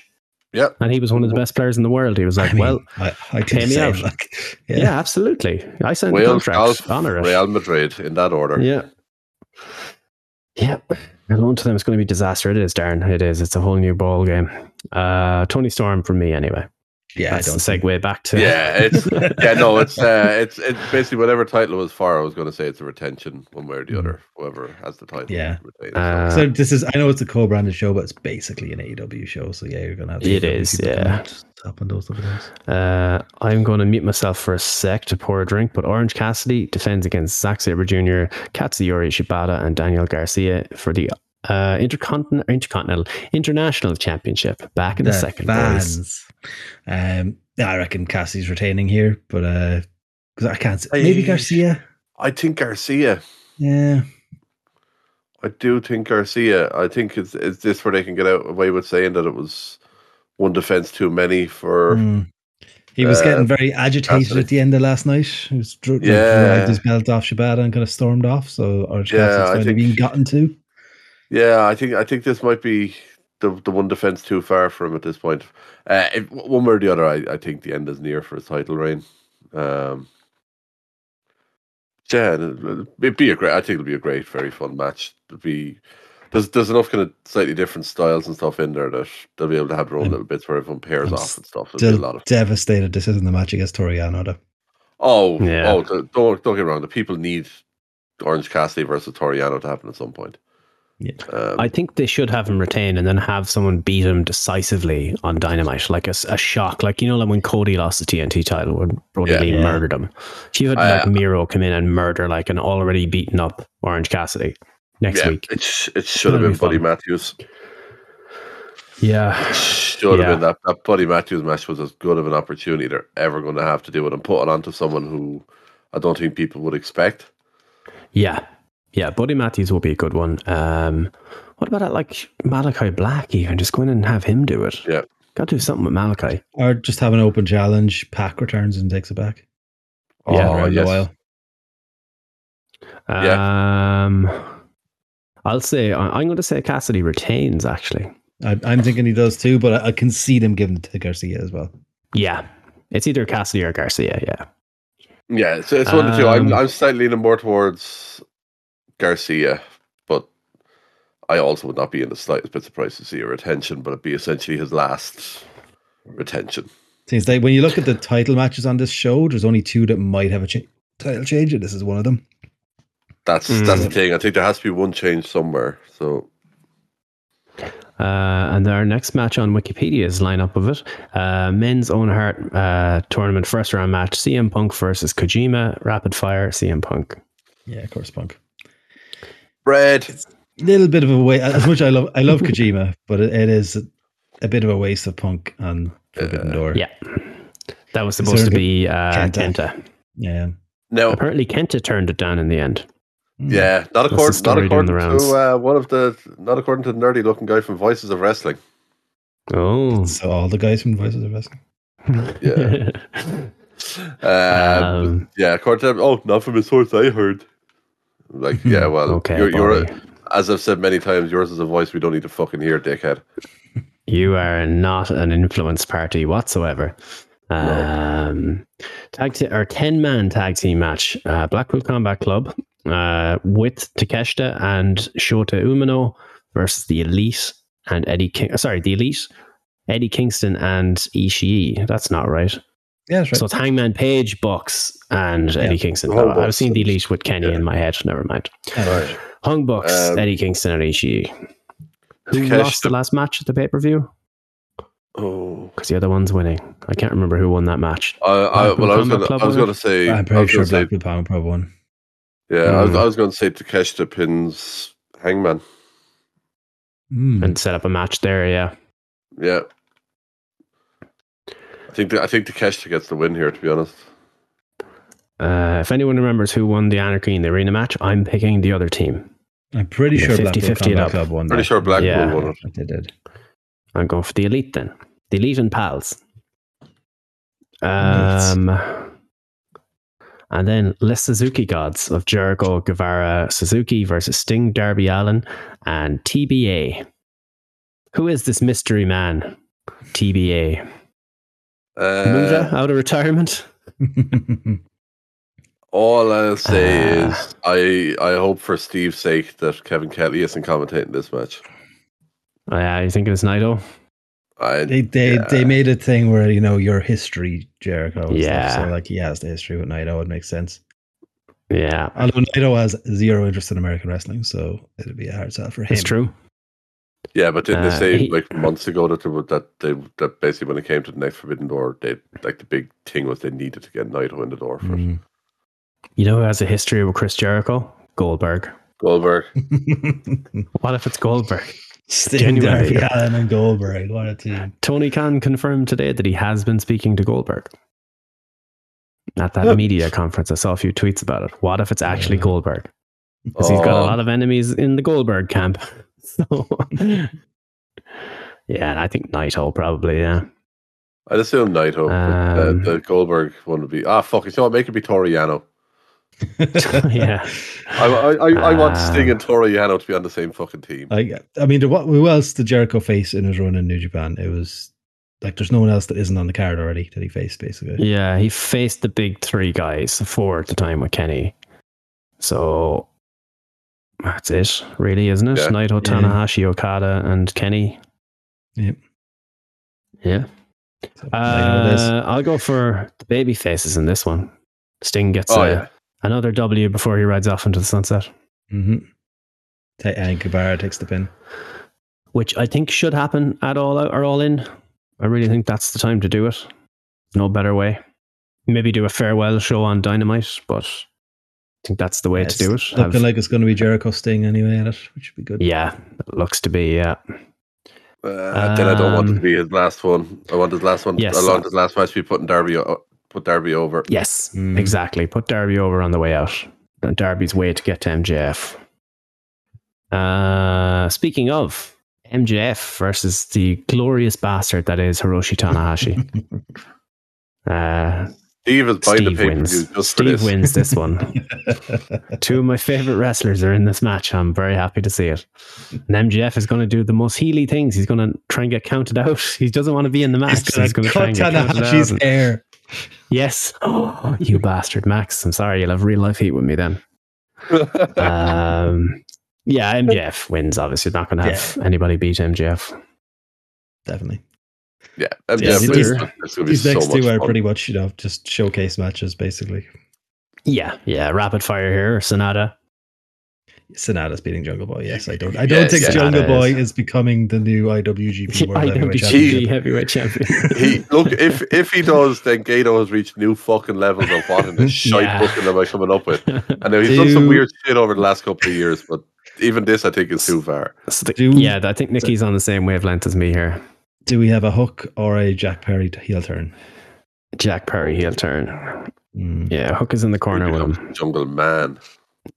[SPEAKER 4] Yeah,
[SPEAKER 2] and he was one of
[SPEAKER 4] Mm-hmm.
[SPEAKER 2] the best players in the world. He was like,
[SPEAKER 3] I mean,
[SPEAKER 2] well,
[SPEAKER 3] I, I
[SPEAKER 2] pay
[SPEAKER 3] did the
[SPEAKER 2] me
[SPEAKER 3] same,
[SPEAKER 2] out.
[SPEAKER 3] Like,
[SPEAKER 2] yeah, absolutely. I signed the
[SPEAKER 4] Wales,
[SPEAKER 2] contract.
[SPEAKER 4] Alf,
[SPEAKER 2] Honor it.
[SPEAKER 4] Real Madrid in that order.
[SPEAKER 2] Yeah. Yeah. A loan to them is going to be disaster. It is, Darren. It is. It's a whole new ball game. Uh, Tony Storm from me, anyway.
[SPEAKER 3] yeah.
[SPEAKER 2] That's
[SPEAKER 3] I
[SPEAKER 2] the
[SPEAKER 3] don't
[SPEAKER 2] segue back to.
[SPEAKER 4] Yeah, it's yeah, no, it's uh, it's it's basically whatever title it was for. I was going to say it's a retention, one way or the other. Whoever has the title,
[SPEAKER 3] Yeah.
[SPEAKER 4] retains. So,
[SPEAKER 2] Mm. Uh,
[SPEAKER 3] so this is I know it's a co-branded show, but it's basically an AEW show. So yeah, you're gonna have to
[SPEAKER 2] It is, yeah.
[SPEAKER 3] Top and those things.
[SPEAKER 2] Uh, I'm going to mute myself for a sec to pour a drink, but Orange Cassidy defends against Zack Sabre Jr., Katsuyori Shibata, and Daniel Garcia for the uh, Intercontin- Intercontinental International Championship back in the, second place.
[SPEAKER 3] fans. Um, yeah, I reckon Cassie's retaining here, but uh, because I can't. s- Maybe
[SPEAKER 4] Aye.
[SPEAKER 3] Garcia.
[SPEAKER 4] I think Garcia.
[SPEAKER 3] Yeah,
[SPEAKER 4] I do think Garcia. I think it's is this where they can get out away with saying that it was one defense too many for.
[SPEAKER 3] Hmm. he was
[SPEAKER 4] Uh,
[SPEAKER 3] getting very agitated
[SPEAKER 4] Cassidy.
[SPEAKER 3] at the end of last night. He was dr- like,
[SPEAKER 4] Yeah.
[SPEAKER 3] dragged his belt off Shabada and kind of stormed off. So Orange
[SPEAKER 4] Yeah, I
[SPEAKER 3] Cassidy's finally
[SPEAKER 4] think-
[SPEAKER 3] being gotten to.
[SPEAKER 4] Yeah, I think I think this might be the the one defense too far for him at this point. Uh, if, one way or the other, I, I think the end is near for his title reign. Um, yeah, it'd it'd be a great. I think it'll be a great, very fun match. It'll be there's there's enough kind of slightly different styles and stuff in there that they'll be able to have their own
[SPEAKER 3] I'm-
[SPEAKER 4] little bits where everyone pairs
[SPEAKER 3] I'm
[SPEAKER 4] off and stuff. It'll be a lot
[SPEAKER 3] Still
[SPEAKER 4] of
[SPEAKER 3] devastated. This isn't the match against Toriano. Though.
[SPEAKER 4] Oh,
[SPEAKER 2] Yeah.
[SPEAKER 4] oh, th- don't don't get me wrong. The people need Orange Cassidy versus Toriano to happen at some point.
[SPEAKER 3] Yeah.
[SPEAKER 4] Um,
[SPEAKER 2] I think they should have him retain and then have someone beat him decisively on Dynamite, like a, s- a shock, like you know, like when Cody lost the TNT title when Brody
[SPEAKER 4] Yeah.
[SPEAKER 2] Lee
[SPEAKER 3] Yeah.
[SPEAKER 2] murdered him. If you had
[SPEAKER 4] I- uh,
[SPEAKER 2] like Miro come in and murder like an already beaten up Orange Cassidy next
[SPEAKER 4] yeah,
[SPEAKER 2] week,
[SPEAKER 4] it sh- it should have
[SPEAKER 2] That'll
[SPEAKER 4] been Buddy
[SPEAKER 2] be fun.
[SPEAKER 4] Matthews.
[SPEAKER 2] yeah,
[SPEAKER 4] Should
[SPEAKER 2] Yeah.
[SPEAKER 4] have been that that Buddy Matthews match was as good of an opportunity they're ever going to have to do it and put it onto someone who I don't think people would expect.
[SPEAKER 2] yeah, yeah. Buddy Matthews will be a good one. Um, what about that, like Malachi Black? Even just go in and have him do it.
[SPEAKER 4] Yeah.
[SPEAKER 2] got to do something with Malachi.
[SPEAKER 3] Or just have an open challenge. Pack returns and takes it back.
[SPEAKER 2] Yeah,
[SPEAKER 4] Oh,
[SPEAKER 3] Around the
[SPEAKER 4] yes.
[SPEAKER 3] while.
[SPEAKER 2] Um, I'll say I- I'm going to say Cassidy retains actually.
[SPEAKER 3] I, I'm thinking he does too, but I, I can see them giving it to Garcia as well.
[SPEAKER 2] Yeah. It's either Cassidy or Garcia, yeah.
[SPEAKER 4] Yeah, so it's one of the two. I'm
[SPEAKER 2] Um,
[SPEAKER 4] I'm slightly leaning more towards Garcia, but I also would not be in the slightest bit surprised to see a retention, but it'd be essentially his last retention.
[SPEAKER 3] Seems like when you look at the title matches on this show, there's only two that might have a cha- title change, and this is one of them.
[SPEAKER 4] That's
[SPEAKER 2] Mm.
[SPEAKER 4] that's the thing. I think there has to be one change somewhere. So
[SPEAKER 2] Uh, and our next match on Wikipedia's lineup of it uh, men's own heart uh, tournament first round match CM Punk versus Kojima, rapid fire CM Punk.
[SPEAKER 3] Yeah, of course, Punk.
[SPEAKER 4] bread.
[SPEAKER 3] Little bit of a way. As much I love, I love Kojima, but it, it is a, a bit of a waste of Punk and Forbidden
[SPEAKER 4] Uh,
[SPEAKER 3] Door.
[SPEAKER 2] yeah. That was supposed to
[SPEAKER 3] there a
[SPEAKER 2] be uh,
[SPEAKER 3] Kenta?
[SPEAKER 2] Kenta.
[SPEAKER 3] yeah.
[SPEAKER 4] Now,
[SPEAKER 2] Apparently, Kenta turned it down in the end.
[SPEAKER 4] yeah, not
[SPEAKER 2] the
[SPEAKER 4] according, not
[SPEAKER 2] story doing the
[SPEAKER 4] according
[SPEAKER 2] rounds.
[SPEAKER 4] to uh, one of the, not according to the nerdy looking guy from Voices of Wrestling.
[SPEAKER 2] Oh.
[SPEAKER 3] Mm. So all the guys from Voices of Wrestling.
[SPEAKER 4] Yeah, um,
[SPEAKER 2] Um,
[SPEAKER 4] yeah, according to oh, not from a source I heard. Like, yeah, well,
[SPEAKER 2] Hmm. okay,
[SPEAKER 4] you're, you're a,
[SPEAKER 2] Bobby.
[SPEAKER 4] As I've said many times, yours is a voice we don't need to fucking hear, dickhead.
[SPEAKER 2] You are not an influence party whatsoever. Um, tag t- or ten man tag team match, uh, Blackpool Combat Club uh, with Takeshita and Shota Umino versus the Elite and Eddie King. Sorry, the Elite, Eddie Kingston and Ishii. That's not right.
[SPEAKER 3] Yeah, that's right.
[SPEAKER 2] So it's Hangman Page, Bucks, and Eddie Kingston.
[SPEAKER 4] Hung
[SPEAKER 2] No, I've
[SPEAKER 4] Bucks
[SPEAKER 2] seen the
[SPEAKER 4] and-
[SPEAKER 2] Elite with Kenny
[SPEAKER 4] yeah.
[SPEAKER 2] in my head. Never mind.
[SPEAKER 3] Yeah.
[SPEAKER 4] Right.
[SPEAKER 2] Hung Bucks,
[SPEAKER 4] Um,
[SPEAKER 2] Eddie Kingston, and Ishii. Who
[SPEAKER 4] Takeshita-
[SPEAKER 2] lost the last match at the pay per view?
[SPEAKER 4] Oh,
[SPEAKER 2] Because the other one's winning. I can't remember who won that match.
[SPEAKER 4] I, I,
[SPEAKER 2] Blackpool
[SPEAKER 4] well, I was
[SPEAKER 2] Combat
[SPEAKER 4] gonna,
[SPEAKER 2] Club
[SPEAKER 4] I was
[SPEAKER 2] winner?
[SPEAKER 4] gonna say,
[SPEAKER 3] I'm
[SPEAKER 4] I
[SPEAKER 3] pretty
[SPEAKER 4] was
[SPEAKER 3] sure
[SPEAKER 4] gonna say,
[SPEAKER 3] Blackpool Power Pro won.
[SPEAKER 4] yeah, I, was,
[SPEAKER 2] Mm.
[SPEAKER 4] I was gonna say Takeshita pins Hangman.
[SPEAKER 3] Mm.
[SPEAKER 2] and set up a match there. Yeah,
[SPEAKER 4] Yeah, I think the, I think Takeshita gets the win here. To be honest,
[SPEAKER 2] uh, if anyone remembers who won the Anarchy in the Arena match, I'm picking the other team.
[SPEAKER 3] I'm pretty
[SPEAKER 2] Yeah,
[SPEAKER 3] sure
[SPEAKER 2] 50,
[SPEAKER 3] Blackpool
[SPEAKER 2] 50 it
[SPEAKER 3] Combat
[SPEAKER 2] up.
[SPEAKER 3] Club won.
[SPEAKER 4] pretty
[SPEAKER 3] that.
[SPEAKER 4] sure Blackpool
[SPEAKER 2] Yeah.
[SPEAKER 4] won it.
[SPEAKER 3] They did.
[SPEAKER 2] I'm going for the Elite then. The Elite and Pals.
[SPEAKER 3] Elites.
[SPEAKER 2] Um, and then Les Suzuki Gods of Jericho, Guevara, Suzuki versus Sting, Darby Allen, and TBA. Who is this mystery man? TBA. Muda
[SPEAKER 4] Uh,
[SPEAKER 2] out of retirement.
[SPEAKER 4] all I'll say
[SPEAKER 2] Ah.
[SPEAKER 4] is, I I hope for Steve's sake that Kevin Kelly isn't commentating this match.
[SPEAKER 2] Oh, yeah, you think it's Naito?
[SPEAKER 4] I
[SPEAKER 3] they they
[SPEAKER 4] Yeah.
[SPEAKER 3] they made a thing where you know your history, Jericho. and stuff,
[SPEAKER 2] Yeah.
[SPEAKER 3] so like he has the history with Naito. It makes sense.
[SPEAKER 2] Yeah,
[SPEAKER 3] Although Naito has zero interest in American wrestling, so it'd be a hard sell for him.
[SPEAKER 2] it's true.
[SPEAKER 4] Yeah, but didn't
[SPEAKER 2] Uh,
[SPEAKER 4] they say
[SPEAKER 2] he-
[SPEAKER 4] like months ago that there was, that they that basically when it came to the next Forbidden Door, they like the big thing was they needed to get Naito in the door first.
[SPEAKER 3] Mm.
[SPEAKER 2] You know who has a history with Chris Jericho? Goldberg.
[SPEAKER 4] Goldberg,
[SPEAKER 3] Mm.
[SPEAKER 2] What if it's Goldberg?
[SPEAKER 3] Sting,
[SPEAKER 2] Genuinely.
[SPEAKER 3] Darby Allen, and Goldberg. What a team!
[SPEAKER 2] Tony Khan confirmed today that he has been speaking to Goldberg at that
[SPEAKER 3] Good.
[SPEAKER 2] media conference. I saw a few tweets about it. What if it's actually
[SPEAKER 3] Yeah.
[SPEAKER 2] Goldberg? Because he's
[SPEAKER 4] Oh,
[SPEAKER 2] got a lot of enemies in the Goldberg camp. So, yeah, and I think Naito probably. Yeah,
[SPEAKER 4] I'd assume Naito. but,
[SPEAKER 2] Um,
[SPEAKER 4] uh, the Goldberg one would be ah fuck. You know what? Make it be Toriano.
[SPEAKER 2] yeah.
[SPEAKER 4] I I, I, I want
[SPEAKER 2] Ah.
[SPEAKER 4] Sting and Toriano to be on the same fucking team.
[SPEAKER 2] Uh,
[SPEAKER 3] I, I mean, what who else did Jericho face in his run in New Japan? It was like there's no one else that isn't on the card already that he faced, basically.
[SPEAKER 2] Yeah, he faced the big three guys, four at the time with Kenny. So that's it, really, isn't it?
[SPEAKER 4] Yeah.
[SPEAKER 2] Naito,
[SPEAKER 3] Yeah.
[SPEAKER 2] Tanahashi, Okada, and Kenny.
[SPEAKER 3] Yep.
[SPEAKER 2] Yeah.
[SPEAKER 3] So,
[SPEAKER 2] Uh, I'll go for the baby faces in this one. Sting gets
[SPEAKER 4] oh
[SPEAKER 2] a,
[SPEAKER 4] yeah,
[SPEAKER 2] another W before he rides off into the sunset,
[SPEAKER 3] hmm and Kabara takes the pin.
[SPEAKER 2] which I think should happen at all out or all in. I really think that's the time to do it. No better way. Maybe do a farewell show on Dynamite, but I think that's the way
[SPEAKER 3] It's
[SPEAKER 2] to do it.
[SPEAKER 3] Looking
[SPEAKER 2] Have-
[SPEAKER 3] like it's going to be Jericho Sting anyway at it, which would be good.
[SPEAKER 2] yeah, it looks to be. Yeah,
[SPEAKER 4] Uh, then I don't want it to
[SPEAKER 2] um,
[SPEAKER 4] be his last one. I want his last one.
[SPEAKER 2] Yes.
[SPEAKER 4] I want his last match to be putting Darby o- put Darby over.
[SPEAKER 2] yes,
[SPEAKER 3] Mm.
[SPEAKER 2] exactly. Put Darby over on the way out. Darby's way to get to MJF. Uh, speaking of MJF versus the glorious bastard that is Hiroshi Tanahashi. Uh,
[SPEAKER 4] Steve is buying
[SPEAKER 2] Steve
[SPEAKER 4] the pay per view
[SPEAKER 2] wins.
[SPEAKER 4] just for
[SPEAKER 2] Steve
[SPEAKER 4] this.
[SPEAKER 2] wins this one. Two of my favorite wrestlers are in this match. I'm very happy to see it. And MJF is going to do the most heely things. He's going to try and get counted out. He doesn't want to be in the match.
[SPEAKER 3] He's
[SPEAKER 2] so He's
[SPEAKER 3] going
[SPEAKER 2] going
[SPEAKER 3] to
[SPEAKER 2] to try
[SPEAKER 3] cut
[SPEAKER 2] and get counted out.
[SPEAKER 3] Tanahashi's hair.
[SPEAKER 2] Yes. Oh, you bastard, Max. I'm sorry. You'll have real life heat with me then. Um, yeah, MJF wins, obviously. Not going to have anybody beat MJF.
[SPEAKER 3] Definitely.
[SPEAKER 4] yeah,
[SPEAKER 2] Uh, Yeah,
[SPEAKER 4] MJF
[SPEAKER 2] these-
[SPEAKER 4] wins. It's gonna be
[SPEAKER 3] These
[SPEAKER 4] so
[SPEAKER 3] next
[SPEAKER 4] much
[SPEAKER 3] two are
[SPEAKER 4] fun.
[SPEAKER 3] pretty much, you know, just showcase matches, basically.
[SPEAKER 2] Yeah, yeah. Rapid fire here. Sonata.
[SPEAKER 3] Sonata's beating Jungle Boy. Yes, I don't. I don't
[SPEAKER 4] Yeah,
[SPEAKER 3] think
[SPEAKER 4] Sonata
[SPEAKER 3] Jungle
[SPEAKER 2] is.
[SPEAKER 3] Boy is becoming the new IWGP World Heavyweight
[SPEAKER 2] IWGP
[SPEAKER 3] Championship.
[SPEAKER 2] heavyweight champion.
[SPEAKER 4] He look if if he does, then Gato has reached new fucking levels of what in the shite
[SPEAKER 2] Yeah.
[SPEAKER 4] booking am I coming up with? I know he's done some
[SPEAKER 3] Do-
[SPEAKER 4] weird shit over the last couple of years, but even this I think is too far.
[SPEAKER 2] So the-
[SPEAKER 3] Do-
[SPEAKER 2] yeah, I think Nikki's on the same wavelength as me here.
[SPEAKER 3] Do we have a hook or a Jack Perry heel turn?
[SPEAKER 2] Jack Perry heel turn.
[SPEAKER 3] Mm.
[SPEAKER 2] Yeah, Hook is in the corner
[SPEAKER 4] He
[SPEAKER 2] with
[SPEAKER 4] becomes
[SPEAKER 2] him.
[SPEAKER 4] Jungle Man.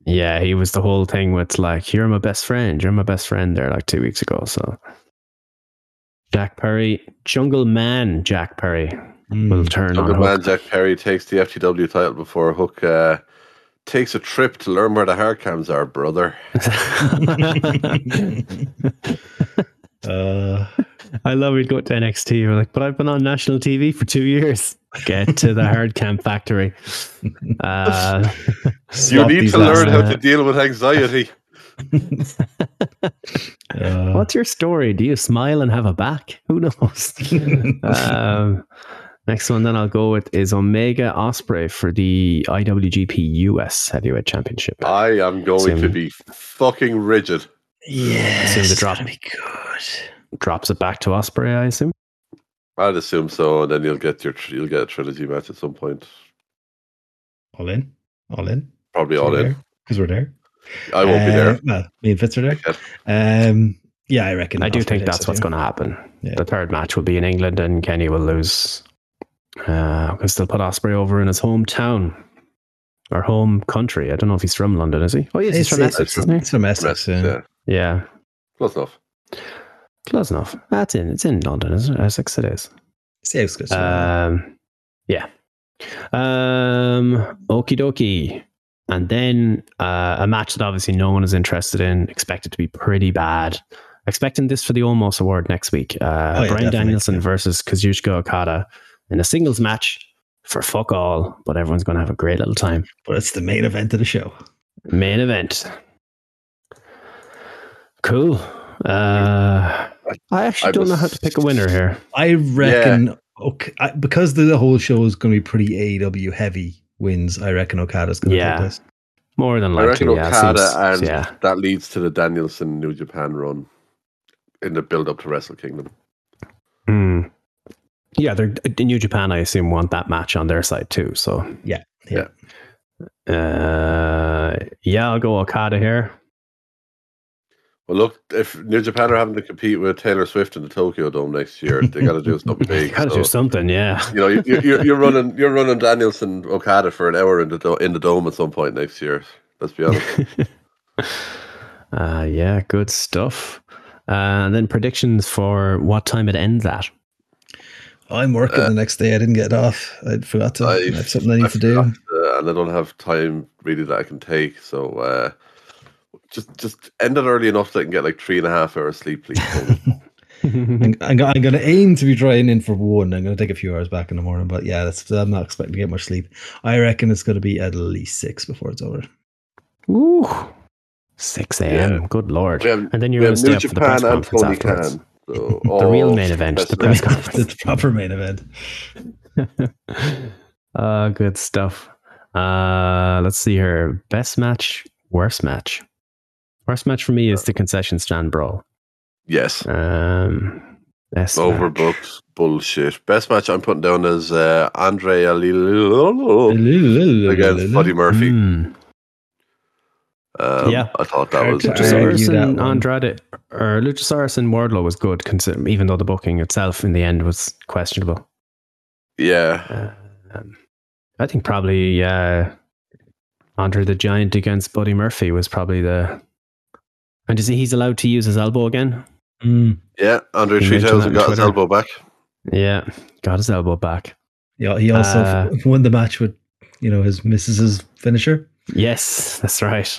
[SPEAKER 2] Yeah, he was the whole thing with like, you're my best friend, you're my best friend there like two weeks ago. So Jack Perry, Jungle Man Jack Perry will
[SPEAKER 3] Mm.
[SPEAKER 2] turn
[SPEAKER 4] Jungle
[SPEAKER 2] on Hook.
[SPEAKER 4] Man Jack Perry takes the FTW title before Hook uh, takes a trip to learn where the hard cams are, brother.
[SPEAKER 3] Uh,
[SPEAKER 2] I love we'd go to NXT. We're like, but I've been on national TV for two years. Get to the hard camp factory. Uh,
[SPEAKER 4] You
[SPEAKER 2] love
[SPEAKER 4] need
[SPEAKER 2] these
[SPEAKER 4] to learn
[SPEAKER 2] lads.
[SPEAKER 4] how to deal with anxiety.
[SPEAKER 3] uh,
[SPEAKER 2] What's your story? Do you smile and have a back? Who knows? um, next one, then I'll go with is Omega Osprey for the IWGP US Heavyweight Championship.
[SPEAKER 3] Uh,
[SPEAKER 4] I am going
[SPEAKER 2] Same.
[SPEAKER 4] to be fucking rigid.
[SPEAKER 3] yeah,
[SPEAKER 2] Assume the drop.
[SPEAKER 3] be good.
[SPEAKER 2] Drops it back to Osprey, I assume.
[SPEAKER 4] I'd assume so, and then you'll get your tr- you'll get a trilogy match at some point.
[SPEAKER 3] All in, all in,
[SPEAKER 4] Probably all in.
[SPEAKER 3] because we're there.
[SPEAKER 4] I won't be
[SPEAKER 3] Uh,
[SPEAKER 4] there.
[SPEAKER 3] Well, me and Fitz
[SPEAKER 2] Uh,
[SPEAKER 3] are there. Um, yeah, I reckon.
[SPEAKER 2] I do
[SPEAKER 3] Osprey
[SPEAKER 2] think
[SPEAKER 3] takes
[SPEAKER 2] that's
[SPEAKER 3] it,
[SPEAKER 2] what's
[SPEAKER 3] yeah.
[SPEAKER 2] going to happen.
[SPEAKER 3] Yeah.
[SPEAKER 2] The third match will be in England, and Kenny will lose. Uh, because they'll put Osprey over in his hometown or home country. I don't know if he's from London, is he? Oh, yes, he's
[SPEAKER 3] It's,
[SPEAKER 2] from
[SPEAKER 3] it's,
[SPEAKER 2] Essex,
[SPEAKER 3] it's,
[SPEAKER 2] isn't he?
[SPEAKER 3] from Essex.
[SPEAKER 4] Rest-
[SPEAKER 3] yeah.
[SPEAKER 4] yeah.
[SPEAKER 2] Yeah,
[SPEAKER 4] Close enough.
[SPEAKER 2] close enough. That's in. It's in London, isn't it? Essex, it is.
[SPEAKER 3] It's the outskirts. of London.
[SPEAKER 2] Um, yeah. Um, okie dokie. And then uh, a match that obviously no one is interested in, expected to be pretty bad. Expecting this for the Almost Award next week. Uh,
[SPEAKER 3] Oh, yeah,
[SPEAKER 2] Brian
[SPEAKER 3] definitely.
[SPEAKER 2] Danielson versus Kazuchika Okada in a singles match for fuck all, but everyone's going to have a great little time.
[SPEAKER 3] but it's the main event of the show.
[SPEAKER 2] Main event. Cool. Uh, I actually
[SPEAKER 4] I
[SPEAKER 2] don't know how
[SPEAKER 4] was-
[SPEAKER 2] to pick a winner here.
[SPEAKER 3] I reckon okay, I, because the, whole show is going to be pretty AEW heavy wins. I reckon Okada's going to
[SPEAKER 2] Yeah.
[SPEAKER 3] take this.
[SPEAKER 2] More than
[SPEAKER 4] I
[SPEAKER 2] likely.
[SPEAKER 4] reckon
[SPEAKER 2] yeah, it
[SPEAKER 4] Okada
[SPEAKER 2] seems-
[SPEAKER 4] and-
[SPEAKER 2] yeah.
[SPEAKER 4] That leads to the Danielson New Japan run in the build up to Wrestle Kingdom.
[SPEAKER 2] Hmm. Yeah, they're in New Japan. I assume want that match on their side too. So
[SPEAKER 3] Yeah, yeah.
[SPEAKER 2] uh, yeah. I'll go Okada here.
[SPEAKER 4] Well, look, if New Japan are having to compete with Taylor Swift in the Tokyo Dome next year, they got to do something
[SPEAKER 2] You
[SPEAKER 4] big.
[SPEAKER 2] gotta
[SPEAKER 4] so,
[SPEAKER 2] do something. Yeah,
[SPEAKER 4] you know, you- you- you're, you're running, you're running Danielson Okada for an hour in the do- in the dome at some point next year. Let's be honest.
[SPEAKER 2] uh, yeah. Good stuff. Uh, and then predictions for what time it ends at.
[SPEAKER 3] I'm working the next day. I didn't get it off. I forgot to. I,
[SPEAKER 4] I-
[SPEAKER 3] have something I need
[SPEAKER 4] I
[SPEAKER 3] to do.
[SPEAKER 4] forgot, uh, and I don't have time really that I can take. So uh, just just end it early enough that I can get like three and a half hours sleep, please.
[SPEAKER 3] I'm, I'm, go- I'm going to aim to be trying in for one. I'm going to take a few hours back in the morning, but yeah, that's, I'm not expecting to get much sleep. I reckon it's going to be at least six before it's over.
[SPEAKER 2] Ooh, six a.m. Good lord.
[SPEAKER 4] We have-
[SPEAKER 2] and then you're
[SPEAKER 4] we
[SPEAKER 2] gonna
[SPEAKER 4] have
[SPEAKER 2] stay
[SPEAKER 4] New
[SPEAKER 2] up for the press
[SPEAKER 4] Japan and
[SPEAKER 2] conference
[SPEAKER 4] Tony
[SPEAKER 2] afterwards.
[SPEAKER 4] Khan. So,
[SPEAKER 2] The real
[SPEAKER 4] all
[SPEAKER 2] main event, the
[SPEAKER 4] professional-
[SPEAKER 2] press conference.
[SPEAKER 3] the proper main event.
[SPEAKER 2] uh, good stuff. Uh, let's see here. Best match, worst match. Worst match for me is the concession stand brawl.
[SPEAKER 4] Yes,
[SPEAKER 2] Um, best match.
[SPEAKER 4] overbooked bullshit. Best match I'm putting down is uh, Andre Alilo against Buddy Murphy.
[SPEAKER 2] Hmm.
[SPEAKER 4] Um,
[SPEAKER 2] Yeah.
[SPEAKER 4] I thought that was.
[SPEAKER 3] Character design.
[SPEAKER 4] Uh,
[SPEAKER 2] Luchasaurus
[SPEAKER 3] argue that
[SPEAKER 2] and
[SPEAKER 3] one.
[SPEAKER 2] Andrade, or Luchasaurus and Wardlow was good, consider- even though the booking itself in the end was questionable.
[SPEAKER 4] yeah,
[SPEAKER 2] Um, I think probably uh, Andre the Giant against Buddy Murphy was probably the. And is he, he's allowed to use his elbow again?
[SPEAKER 3] Mm.
[SPEAKER 4] yeah. Andre
[SPEAKER 2] You mentioned
[SPEAKER 4] 3000
[SPEAKER 2] that on
[SPEAKER 4] got his
[SPEAKER 2] Twitter.
[SPEAKER 4] elbow back.
[SPEAKER 2] Yeah, got his elbow back.
[SPEAKER 3] Yeah, he also
[SPEAKER 2] Uh,
[SPEAKER 3] won the match with, you know, his missus's finisher.
[SPEAKER 2] Yes, that's right.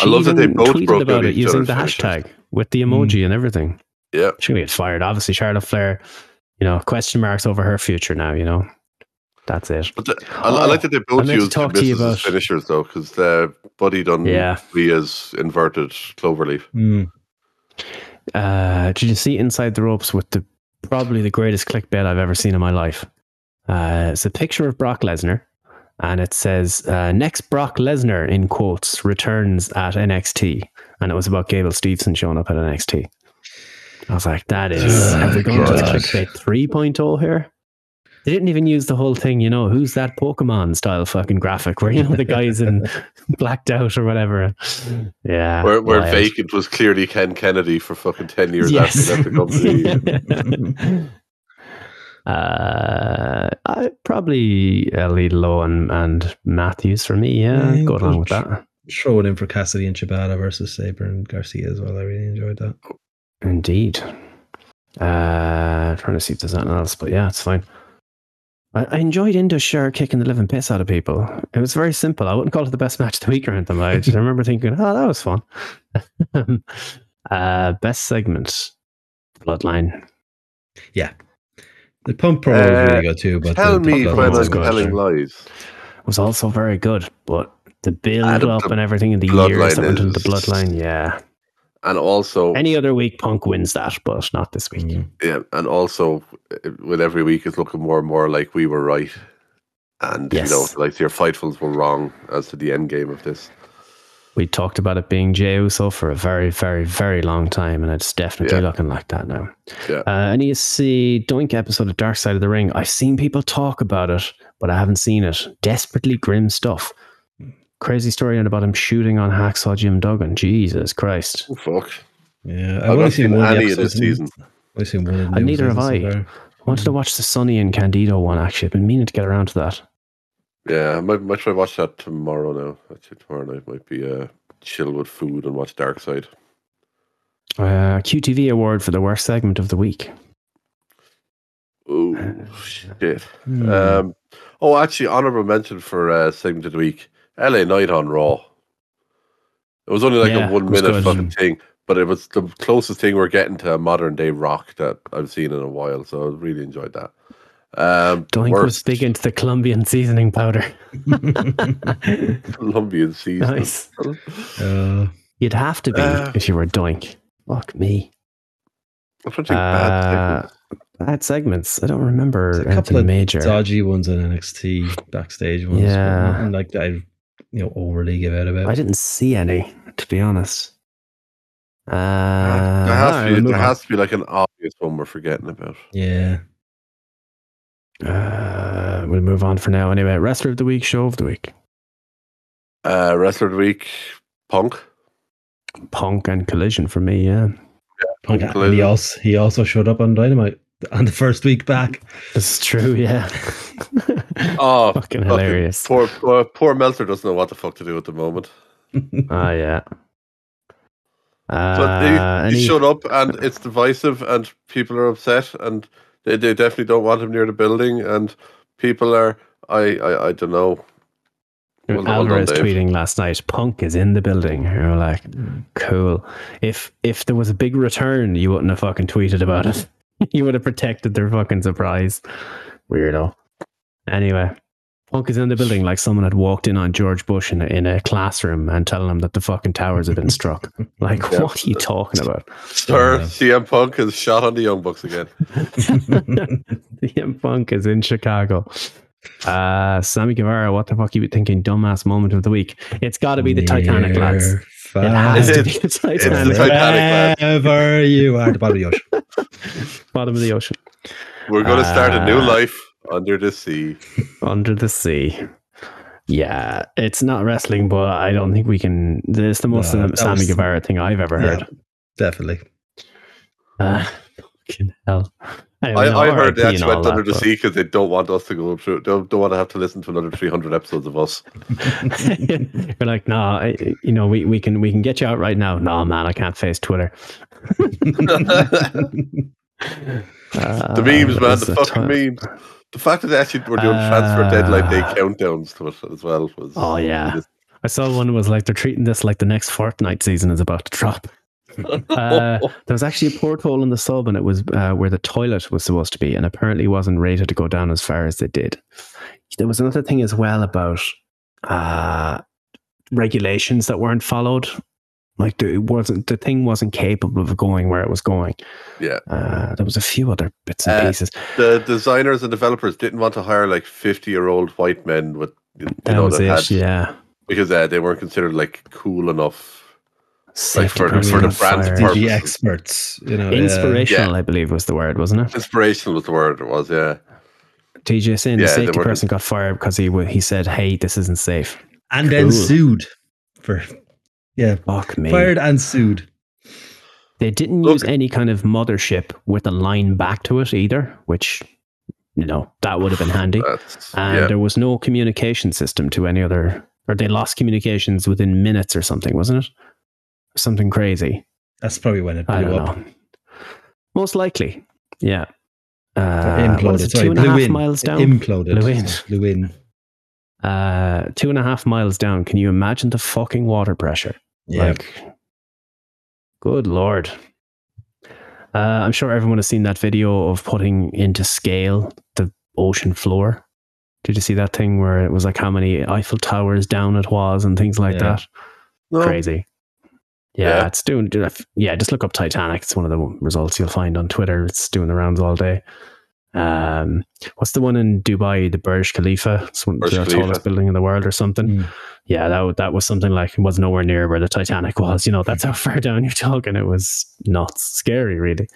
[SPEAKER 4] I love that they
[SPEAKER 2] even
[SPEAKER 4] both
[SPEAKER 2] tweeted
[SPEAKER 4] broke
[SPEAKER 2] about
[SPEAKER 4] out
[SPEAKER 2] it
[SPEAKER 4] each
[SPEAKER 2] using
[SPEAKER 4] other's
[SPEAKER 2] the
[SPEAKER 4] finishes.
[SPEAKER 2] hashtag with the emoji and everything.
[SPEAKER 4] Yeah.
[SPEAKER 2] She's gonna get fired. Obviously, Charlotte Flair. You know, question marks over her future now. You know, that's it.
[SPEAKER 4] But the, I, I like
[SPEAKER 2] Oh,
[SPEAKER 4] that they
[SPEAKER 2] I
[SPEAKER 4] both
[SPEAKER 2] meant to
[SPEAKER 4] used
[SPEAKER 2] talk to you
[SPEAKER 4] Mrs. as
[SPEAKER 2] about-
[SPEAKER 4] finishers though, because uh, Buddy done
[SPEAKER 2] Yeah.
[SPEAKER 4] Rhea's inverted cloverleaf.
[SPEAKER 3] Mm.
[SPEAKER 2] uh, did you see Inside the Ropes with the probably the greatest clickbait I've ever seen in my life? Uh, it's a picture of Brock Lesnar, and it says uh, "Next Brock Lesnar" in quotes returns at NXT, and it was about Gable Stevenson showing up at NXT. I was like, that is
[SPEAKER 3] Oh,
[SPEAKER 2] have we gone to the
[SPEAKER 3] God.
[SPEAKER 2] clickbait 3.0 here? They didn't even use the whole thing, you know, who's that Pokemon style fucking graphic where you know the guy's in blacked out or whatever. Yeah.
[SPEAKER 4] where where
[SPEAKER 2] Ah, wild.
[SPEAKER 4] vacant was clearly Ken Kennedy for fucking ten years after he left the company.
[SPEAKER 2] Yes. uh, I, probably uh, Lidlow and, and Matthews for me. Yeah,
[SPEAKER 3] Yeah,
[SPEAKER 2] go along with
[SPEAKER 3] good.
[SPEAKER 2] that.
[SPEAKER 3] Throw it in for Cassidy and Chibata versus Saber and Garcia as well. I really enjoyed that.
[SPEAKER 2] Indeed. Uh, trying to see if there's anything else, but yeah, it's fine. I, I enjoyed Indo Sure kicking the living piss out of people. It was very simple. I wouldn't call it the best match of the week or anything. I just I remember thinking, oh, that was fun. Um, uh, best segment, Bloodline.
[SPEAKER 3] The pump promo was
[SPEAKER 4] Uh,
[SPEAKER 3] really good too. But
[SPEAKER 4] Tell
[SPEAKER 3] the
[SPEAKER 4] me
[SPEAKER 3] bloodline
[SPEAKER 4] when
[SPEAKER 3] was
[SPEAKER 4] I'm
[SPEAKER 3] good.
[SPEAKER 4] telling lies.
[SPEAKER 2] was also very good, but the build
[SPEAKER 4] Adam,
[SPEAKER 2] up
[SPEAKER 4] the
[SPEAKER 2] and everything in the
[SPEAKER 4] Bloodline
[SPEAKER 2] years that went into
[SPEAKER 4] is-
[SPEAKER 2] the bloodline, yeah.
[SPEAKER 4] And also,
[SPEAKER 2] Any other week, Punk wins that, but not this week.
[SPEAKER 3] Mm.
[SPEAKER 4] yeah, and also, uh, with every week, it's looking more and more like we were right. And,
[SPEAKER 2] Yes.
[SPEAKER 4] you know, like your fightfuls were wrong as to the end game of this.
[SPEAKER 2] We talked about it being Jey Uso for a very, very, very long time, and it's definitely
[SPEAKER 4] Yeah.
[SPEAKER 2] looking like that now.
[SPEAKER 4] Yeah.
[SPEAKER 2] Uh, and you see Doink episode of Dark Side of the Ring. I've seen people talk about it, but I haven't seen it. Desperately grim stuff. Crazy story and about him shooting on Hacksaw Jim Duggan. Jesus Christ.
[SPEAKER 4] Oh, fuck.
[SPEAKER 3] Yeah, I've
[SPEAKER 4] I've
[SPEAKER 3] only
[SPEAKER 4] not
[SPEAKER 3] seen
[SPEAKER 4] seen
[SPEAKER 3] one of the
[SPEAKER 4] any of
[SPEAKER 3] episodes.
[SPEAKER 4] this season.
[SPEAKER 3] I've seen one of the
[SPEAKER 2] And Uh, neither have
[SPEAKER 3] episodes
[SPEAKER 2] I.
[SPEAKER 3] so far.
[SPEAKER 2] Wanted
[SPEAKER 4] Mm.
[SPEAKER 2] to watch the Sonny and Candido one, actually. I've been meaning to get around to that.
[SPEAKER 4] Yeah, I might, might try to watch that tomorrow now. Actually, tomorrow night might be uh, chill with food and watch Dark Side.
[SPEAKER 2] Uh, QTV award for the worst segment of the week.
[SPEAKER 4] Oh, shit.
[SPEAKER 3] Hmm.
[SPEAKER 4] Um, oh, actually, honorable mention for uh, segment of the week LA Night on Raw. It was only like
[SPEAKER 2] Yeah,
[SPEAKER 4] a one
[SPEAKER 2] it was
[SPEAKER 4] minute
[SPEAKER 2] good.
[SPEAKER 4] fucking thing, but it was the closest thing we're getting to a modern day rock that I've seen in a while. So I really enjoyed that. Um,
[SPEAKER 2] Doink was
[SPEAKER 4] worst
[SPEAKER 2] big into the Colombian seasoning powder.
[SPEAKER 4] Colombian season.
[SPEAKER 2] nice.
[SPEAKER 3] Hmm. Uh,
[SPEAKER 2] You'd have to be
[SPEAKER 4] Uh,
[SPEAKER 2] if you were Doink. Fuck me.
[SPEAKER 4] I'm trying to think bad
[SPEAKER 2] Uh, bad segments. I don't remember
[SPEAKER 3] There's a
[SPEAKER 2] anything
[SPEAKER 3] couple of
[SPEAKER 2] major.
[SPEAKER 3] dodgy ones in NXT backstage ones. but
[SPEAKER 2] Yeah.
[SPEAKER 3] nothing like that. I, you know, overly give out about.
[SPEAKER 2] I didn't see any, to be honest. Uh,
[SPEAKER 4] there
[SPEAKER 2] all
[SPEAKER 4] has,
[SPEAKER 2] right,
[SPEAKER 4] to
[SPEAKER 2] we'll
[SPEAKER 4] be,
[SPEAKER 2] move
[SPEAKER 4] there
[SPEAKER 2] on.
[SPEAKER 4] has to be like an obvious one we're forgetting about.
[SPEAKER 3] Yeah,
[SPEAKER 2] Uh, we'll move on for now. Anyway, wrestler of the week, show of the week.
[SPEAKER 4] Uh, Wrestler of the Week, Punk.
[SPEAKER 2] Punk and Collision for me, yeah.
[SPEAKER 3] And
[SPEAKER 4] Included.
[SPEAKER 3] he also he also showed up on Dynamite on the first week back.
[SPEAKER 2] This is true, yeah.
[SPEAKER 4] Oh,
[SPEAKER 2] Fucking
[SPEAKER 4] fucking
[SPEAKER 2] hilarious.
[SPEAKER 4] Poor, poor, poor Meltzer doesn't know what the fuck to do at the moment.
[SPEAKER 2] Oh yeah.
[SPEAKER 4] Hmm. So
[SPEAKER 2] Uh,
[SPEAKER 4] he,
[SPEAKER 2] any-
[SPEAKER 4] he showed up and it's divisive and people are upset and they, they definitely don't want him near the building and people are, I, I, I don't know. Well, well done,
[SPEAKER 2] Alvarez
[SPEAKER 4] Dave.
[SPEAKER 2] tweeting last night, "Punk is in the building." And we're like,
[SPEAKER 4] Hmm.
[SPEAKER 2] "Cool." If if there was a big return, you wouldn't have fucking tweeted about it. you would have protected their fucking surprise. Weirdo. Anyway, Punk is in the building like someone had walked in on George Bush in a, in a classroom and telling him that the fucking towers have been struck. Like,
[SPEAKER 4] Yeah.
[SPEAKER 2] what are you talking about?
[SPEAKER 4] Sir,
[SPEAKER 3] Yeah.
[SPEAKER 4] CM Punk has shot on the Young Bucks again.
[SPEAKER 2] CM Punk is in Chicago. Uh, Sammy Guevara, what the fuck you thinking? Dumbass moment of the week. It's got to be the Titanic, lads. It has
[SPEAKER 3] Fast.
[SPEAKER 2] to
[SPEAKER 4] It-
[SPEAKER 2] be the
[SPEAKER 4] It's the
[SPEAKER 2] Titanic,
[SPEAKER 3] Wherever
[SPEAKER 4] Titanic, lads.
[SPEAKER 3] you are, the bottom of the ocean.
[SPEAKER 2] bottom of the ocean,
[SPEAKER 4] We're going to start a new
[SPEAKER 2] Ah.
[SPEAKER 4] life under the sea.
[SPEAKER 2] under the sea. Yeah, it's not wrestling, but I don't think we can. It's the most
[SPEAKER 3] No,
[SPEAKER 2] um,
[SPEAKER 3] that
[SPEAKER 2] Sammy
[SPEAKER 3] was-
[SPEAKER 2] Guevara thing I've ever heard.
[SPEAKER 3] Definitely.
[SPEAKER 2] Uh, fucking hell. Anyway,
[SPEAKER 4] I,
[SPEAKER 2] no,
[SPEAKER 4] I
[SPEAKER 2] RIP
[SPEAKER 4] heard they
[SPEAKER 2] and
[SPEAKER 4] actually
[SPEAKER 2] all
[SPEAKER 4] went
[SPEAKER 2] that,
[SPEAKER 4] under the
[SPEAKER 2] but-
[SPEAKER 4] sea because they don't want us to go through, don't, don't want to have to listen to another 300 episodes of us.
[SPEAKER 2] We're like, nah, I, you know, we, we can we can get you out right now. Nah, man, I can't face Twitter. Uh,
[SPEAKER 4] The memes,
[SPEAKER 2] it
[SPEAKER 4] man,
[SPEAKER 2] was
[SPEAKER 4] the
[SPEAKER 2] a
[SPEAKER 4] fucking
[SPEAKER 2] ti-
[SPEAKER 4] memes. The fact that they actually were doing transfer deadline day countdowns to it as well was.
[SPEAKER 2] Uh, Oh, yeah. I saw one was like they're treating this like the next Fortnite season is about to drop. Uh, there was actually a porthole in the sub, and it was uh, where the toilet was supposed to be, and apparently wasn't rated to go down as far as they did. There was another thing as well about uh, regulations that weren't followed. Like the, it wasn't the thing wasn't capable of going where it was going.
[SPEAKER 4] Yeah.
[SPEAKER 2] uh, there was a few other bits and
[SPEAKER 4] Uh,
[SPEAKER 2] pieces.
[SPEAKER 4] the designers and developers didn't want to hire like 50 year old white men with you
[SPEAKER 2] That
[SPEAKER 4] know
[SPEAKER 2] was
[SPEAKER 4] that
[SPEAKER 2] it.
[SPEAKER 4] had-
[SPEAKER 2] yeah,
[SPEAKER 4] because uh, they weren't considered like cool enough
[SPEAKER 2] Safety
[SPEAKER 4] for the-
[SPEAKER 2] premium
[SPEAKER 4] for the
[SPEAKER 2] and
[SPEAKER 4] brand
[SPEAKER 2] fire.
[SPEAKER 4] purpose.
[SPEAKER 3] DG experts, you
[SPEAKER 2] Oh,
[SPEAKER 3] know, yeah.
[SPEAKER 2] Inspirational, I believe, was the word, wasn't it?
[SPEAKER 4] inspirational was the word it was yeah
[SPEAKER 2] TJ Sin,
[SPEAKER 4] Yeah,
[SPEAKER 2] the
[SPEAKER 4] they
[SPEAKER 2] safety
[SPEAKER 4] were-
[SPEAKER 2] person, got fired because he wa- he said, "Hey, this isn't safe."
[SPEAKER 3] and then
[SPEAKER 2] Cool.
[SPEAKER 3] sued for yeah,
[SPEAKER 2] Fuck me.
[SPEAKER 3] fired and sued.
[SPEAKER 2] They didn't
[SPEAKER 4] Look-
[SPEAKER 2] use any kind of mothership with a line back to it either, which you know that would have been handy.
[SPEAKER 4] that's
[SPEAKER 2] And
[SPEAKER 4] Uh, yeah
[SPEAKER 2] there was no communication system to any other, or they lost communications within minutes or something, wasn't it? Something crazy.
[SPEAKER 3] That's probably when it
[SPEAKER 2] I
[SPEAKER 3] blew
[SPEAKER 2] don't
[SPEAKER 3] up.
[SPEAKER 2] know. Most likely, yeah. Uh, what is it,
[SPEAKER 3] imploded. Sorry,
[SPEAKER 2] two and a half
[SPEAKER 3] blew in.
[SPEAKER 2] miles
[SPEAKER 3] It
[SPEAKER 2] down.
[SPEAKER 3] Imploded.
[SPEAKER 2] Blew in.
[SPEAKER 3] Sorry, Blew in.
[SPEAKER 2] uh, two and a half miles down. Can you imagine the fucking water pressure?
[SPEAKER 3] Yeah.
[SPEAKER 2] Like, good lord. Uh, I'm sure everyone has seen that video of putting into scale the ocean floor. Did you see that thing where it was like how many Eiffel Towers down it was and things like
[SPEAKER 3] Yeah.
[SPEAKER 2] that?
[SPEAKER 4] No.
[SPEAKER 2] Crazy. Yeah,
[SPEAKER 4] Yeah.
[SPEAKER 2] it's doing. Yeah, just look up Titanic. It's one of the results you'll find on Twitter. It's doing the rounds all day. Um, what's the one in Dubai? The Burj Khalifa. It's one of
[SPEAKER 4] Burj
[SPEAKER 2] the
[SPEAKER 4] Khalifa.
[SPEAKER 2] tallest building in the world, or something
[SPEAKER 3] Mm.
[SPEAKER 2] yeah, that wa- that was something like it was nowhere near where the Titanic was. You know, that's how far down you're talking. It was nuts, scary, really.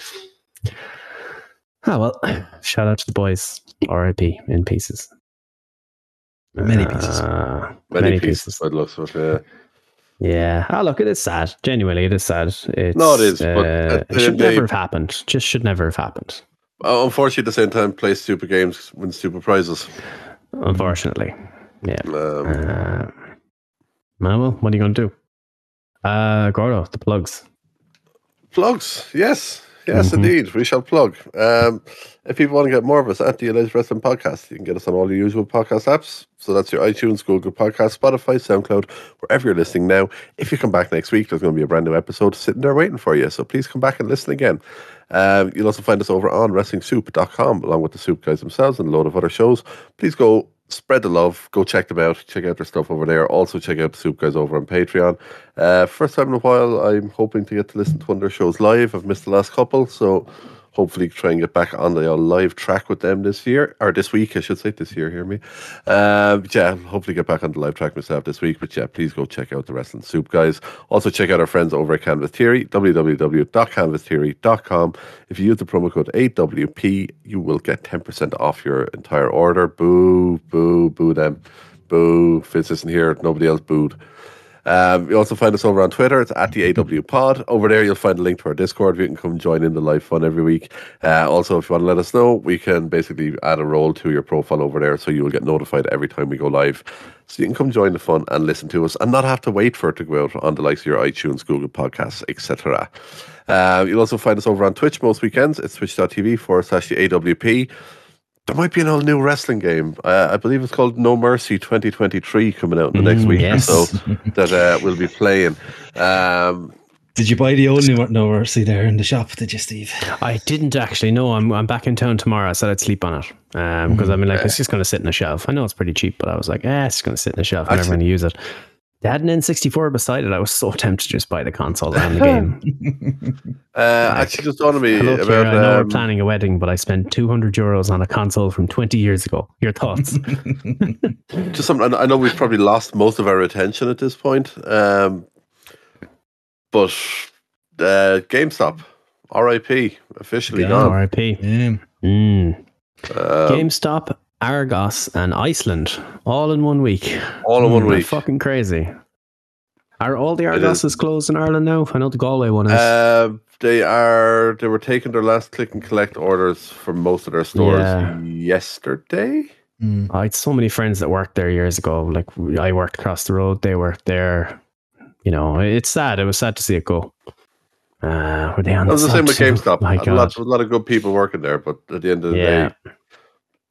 [SPEAKER 2] Ah well, shout out to the boys. R.I.P. in pieces.
[SPEAKER 3] Many pieces.
[SPEAKER 2] Uh,
[SPEAKER 4] Many, pieces. by the looks of it, yeah.
[SPEAKER 2] Yeah. Oh, look, it is sad. Genuinely, it is sad. It's,
[SPEAKER 4] No, it is, but
[SPEAKER 2] uh,
[SPEAKER 4] at the
[SPEAKER 2] it should
[SPEAKER 4] end of the
[SPEAKER 2] never
[SPEAKER 4] day-
[SPEAKER 2] have happened. Just should never have happened.
[SPEAKER 4] Uh, Unfortunately, at the same time, play stupid games, win stupid prizes.
[SPEAKER 2] Unfortunately.
[SPEAKER 4] Um,
[SPEAKER 2] Uh, ah, well, what are you going to do? Uh, Gordo, the plugs.
[SPEAKER 4] Plugs, yes, yes,
[SPEAKER 2] Mhm.
[SPEAKER 4] indeed. We shall plug. Um, if people want to get more of us at the Alleged Wrestling Podcast, you can get us on all your usual podcast apps. So that's your iTunes, Google Podcast, Spotify, SoundCloud, wherever you're listening now. If you come back next week, there's going to be a brand new episode sitting there waiting for you. So please come back and listen again. Um, you'll also find us over on WrestlingSoup.com, along with the Soup guys themselves and a load of other shows. Please go spread the love. Go check them out. Check out their stuff over there. Also, check out the Soup Guys over on Patreon. Uh, first time in a while, I'm hoping to get to listen to one of their shows live. I've missed the last couple, so hopefully try and get back on the uh, live track with them this year or this week, I should say. This year, hear me. Um, yeah, hopefully get back on the live track myself this week. But yeah, please go check out the Wrestling Soup Guys. Also, check out our friends over at Canvas Theory. www.canvastheory.com. If you use the promo code AWP, you will get 10% off your entire order. Boo, boo, boo them. Boo, Fitz isn't here. Nobody else booed. Um, you also find us over on Twitter. It's at the AW Pod. Over there, you'll find a link to our Discord. where You can come join in the live fun every week. Uh, also, if you want to let us know, we can basically add a role to your profile over there, so you will get notified every time we go live. So you can come join the fun and listen to us, and not have to wait for it to go out on the likes of your iTunes, Google Podcasts, etc. Uh, you'll also find us over on Twitch most weekends. It's twitch.tv forward slash the AWP there might be an all new wrestling game. Uh, I believe it's called No Mercy 2023 coming out in the next
[SPEAKER 2] Mm,
[SPEAKER 4] week.
[SPEAKER 2] yes.
[SPEAKER 4] So that uh, we'll be playing. Um,
[SPEAKER 3] Did you buy the old new No Mercy there in the shop? Did you, Steve?
[SPEAKER 2] I didn't actually. No, I'm I'm back in town tomorrow. I said I'd sleep on it because I mean, like,
[SPEAKER 4] Mm-hmm.
[SPEAKER 2] it's just going to sit in a shelf. I know it's pretty cheap, but I was like, eh, it's going to sit in a shelf. I'm never
[SPEAKER 4] Actually-
[SPEAKER 2] going to use it. They had an N64 beside it. I was so tempted to just buy the console and the game.
[SPEAKER 4] uh, Actually, just dawned on me
[SPEAKER 2] Hello, Kira. I know
[SPEAKER 4] about.
[SPEAKER 2] we're
[SPEAKER 4] Um,
[SPEAKER 2] planning a wedding, but I spent 200 euros on a console from 20 years ago. Your thoughts?
[SPEAKER 4] just something. I know- I know we've probably lost most of our attention at this point. Um, but uh, GameStop, RIP, officially
[SPEAKER 3] Yeah.
[SPEAKER 4] gone.
[SPEAKER 2] RIP.
[SPEAKER 3] Yeah.
[SPEAKER 2] Mm.
[SPEAKER 4] Um,
[SPEAKER 2] GameStop, Argos, and Iceland all in one week.
[SPEAKER 4] all in one
[SPEAKER 2] Mm,
[SPEAKER 4] week.
[SPEAKER 2] Fucking crazy. Are all the
[SPEAKER 4] It is.
[SPEAKER 2] Argoses closed in Ireland now? I know the Galway one is.
[SPEAKER 4] Um, they are. They were taking their last click and collect orders from most of their stores
[SPEAKER 2] Yeah.
[SPEAKER 4] yesterday.
[SPEAKER 3] Mm.
[SPEAKER 2] I had so many friends that worked there years ago. Like I worked across the road, they worked there. You know, it's sad. It was sad to see it go. Uh, were they on
[SPEAKER 4] That was the same with
[SPEAKER 2] subs?
[SPEAKER 4] GameStop.
[SPEAKER 2] Oh My
[SPEAKER 4] a, lot,
[SPEAKER 2] God.
[SPEAKER 4] a lot of good people working there, but at the end of the
[SPEAKER 2] Yeah.
[SPEAKER 4] day,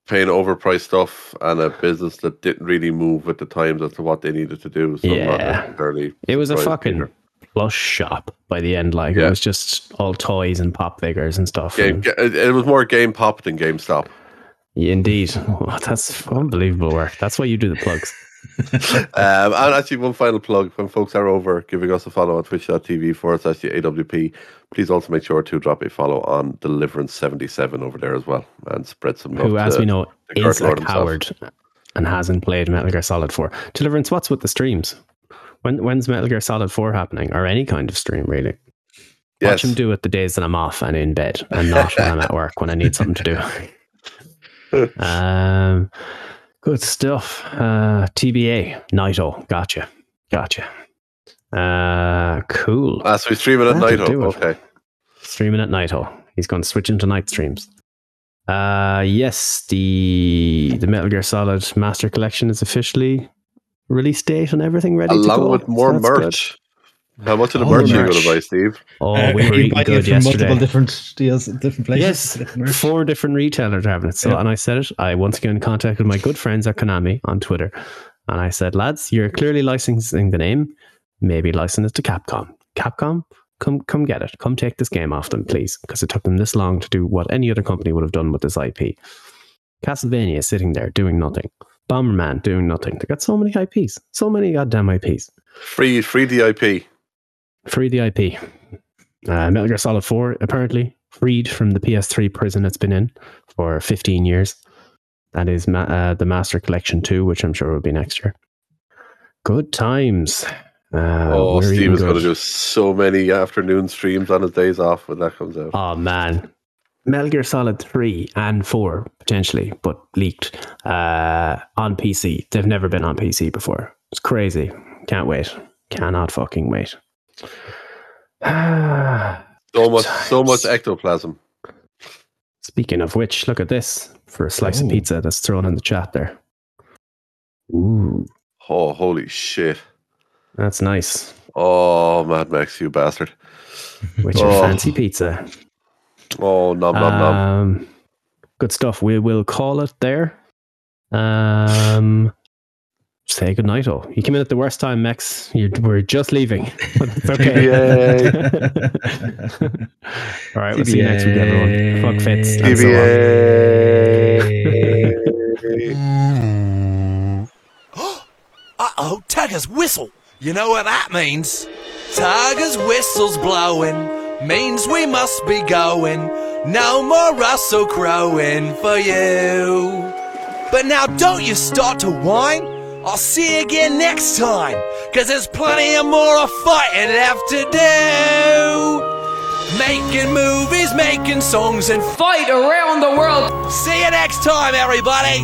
[SPEAKER 4] paying overpriced stuff and a business that didn't really move with the times as to what they needed to do. So I'm not
[SPEAKER 2] Yeah.
[SPEAKER 4] necessarily
[SPEAKER 2] It was a
[SPEAKER 4] surprised
[SPEAKER 2] fucking
[SPEAKER 4] either.
[SPEAKER 2] plush shop by the end. Like
[SPEAKER 4] Yeah.
[SPEAKER 2] it was just all toys and pop figures and stuff.
[SPEAKER 4] game.
[SPEAKER 2] and-
[SPEAKER 4] ga- It it was more Game Pop than GameStop.
[SPEAKER 2] Yeah, indeed. Oh, that's unbelievable work. That's why you do the plugs.
[SPEAKER 4] um, and actually, one final plug when folks are over giving us a follow on twitch.tv forward slash the AWP, please also make sure to drop a follow on Deliverance77 over there as well and spread some love.
[SPEAKER 2] Who, as
[SPEAKER 4] to-
[SPEAKER 2] we know,
[SPEAKER 4] the
[SPEAKER 2] is
[SPEAKER 4] Kurt Lord
[SPEAKER 2] a
[SPEAKER 4] himself.
[SPEAKER 2] coward and hasn't played Metal Gear Solid 4. Deliverance, what's with the streams? When, when's Metal Gear Solid 4 happening? Or any kind of stream, really? Watch
[SPEAKER 4] yes.
[SPEAKER 2] him do it the days that I'm off and in bed and not when I'm at work when I need something to do. Um, good stuff. Uh, TBA, Naito. Gotcha. Gotcha. Uh, cool.
[SPEAKER 4] Ah, so he's streaming at
[SPEAKER 2] That'll
[SPEAKER 4] night.
[SPEAKER 2] do
[SPEAKER 4] oh,
[SPEAKER 2] it.
[SPEAKER 4] Okay.
[SPEAKER 2] Streaming at Naito. He's going to switch into night streams. Uh, yes, the the Metal Gear Solid Master Collection is officially release date and everything ready to
[SPEAKER 4] Along
[SPEAKER 2] go.
[SPEAKER 4] with
[SPEAKER 2] so
[SPEAKER 4] more
[SPEAKER 2] that's good.
[SPEAKER 4] merch. How much of the
[SPEAKER 3] Oh,
[SPEAKER 4] merch are you
[SPEAKER 2] merch.
[SPEAKER 4] going to buy, Steve?
[SPEAKER 2] Oh,
[SPEAKER 3] Uh,
[SPEAKER 2] we were
[SPEAKER 3] you buy
[SPEAKER 2] eating
[SPEAKER 3] it
[SPEAKER 2] good
[SPEAKER 3] from multiple
[SPEAKER 2] yesterday.
[SPEAKER 3] different deals, different places.
[SPEAKER 2] Yes,
[SPEAKER 3] different merch.
[SPEAKER 2] four different retailers are having it. So,
[SPEAKER 3] Yeah.
[SPEAKER 2] and I said it. I once again contacted my good friends at Konami on Twitter, and I said, "Lads, you're clearly licensing the name. Maybe license it to Capcom. Capcom, come, come get it. Come take this game off them, please, because it took them this long to do what any other company would have done with this IP. Castlevania is sitting there doing nothing. Bomberman doing nothing. They got so many IPs, so many goddamn IPs.
[SPEAKER 4] Free, free DIP.
[SPEAKER 2] Free the IP. Uh, Metal Gear Solid 4, apparently, freed from the PS3 prison it's been in for 15 years. That is ma- uh, the Master Collection 2, which I'm sure will be next year. Good times. Uh,
[SPEAKER 4] oh,
[SPEAKER 2] we're
[SPEAKER 4] Steve
[SPEAKER 2] eating
[SPEAKER 4] is going to
[SPEAKER 2] good.
[SPEAKER 4] do so many afternoon streams on his days off when that comes out.
[SPEAKER 2] Oh, man. Metal Gear Solid 3 and 4, potentially, but leaked uh, on PC. They've never been on PC before. It's crazy. Can't wait. Cannot fucking wait. Ah.
[SPEAKER 4] So much, so
[SPEAKER 2] times.
[SPEAKER 4] much ectoplasm.
[SPEAKER 2] Speaking of which, look at this for a slice
[SPEAKER 3] Ooh.
[SPEAKER 2] of pizza that's thrown in the chat there. Ooh,
[SPEAKER 4] Oh, holy shit.
[SPEAKER 2] that's nice.
[SPEAKER 4] Oh, Mad Max, you bastard.
[SPEAKER 2] With your
[SPEAKER 4] Oh.
[SPEAKER 2] fancy pizza.
[SPEAKER 4] Oh, nom, nom, nom.
[SPEAKER 2] Um, good stuff. We will call it there. Um, say goodnight, all. You came in at the worst time, Max. You we're just leaving. But it's okay. all right, we'll see you next week, everyone. Fuck fits. and so on.
[SPEAKER 5] Uh-oh, Tiger's whistle. You know what that means? Tiger's whistle's blowing, means we must be going. No more Russell crowing for you. But now don't you start to whine. I'll see you again next time, cause there's plenty of more of fighting left to do. Making movies, making songs, and
[SPEAKER 6] fight around the world.
[SPEAKER 5] see you next time, everybody!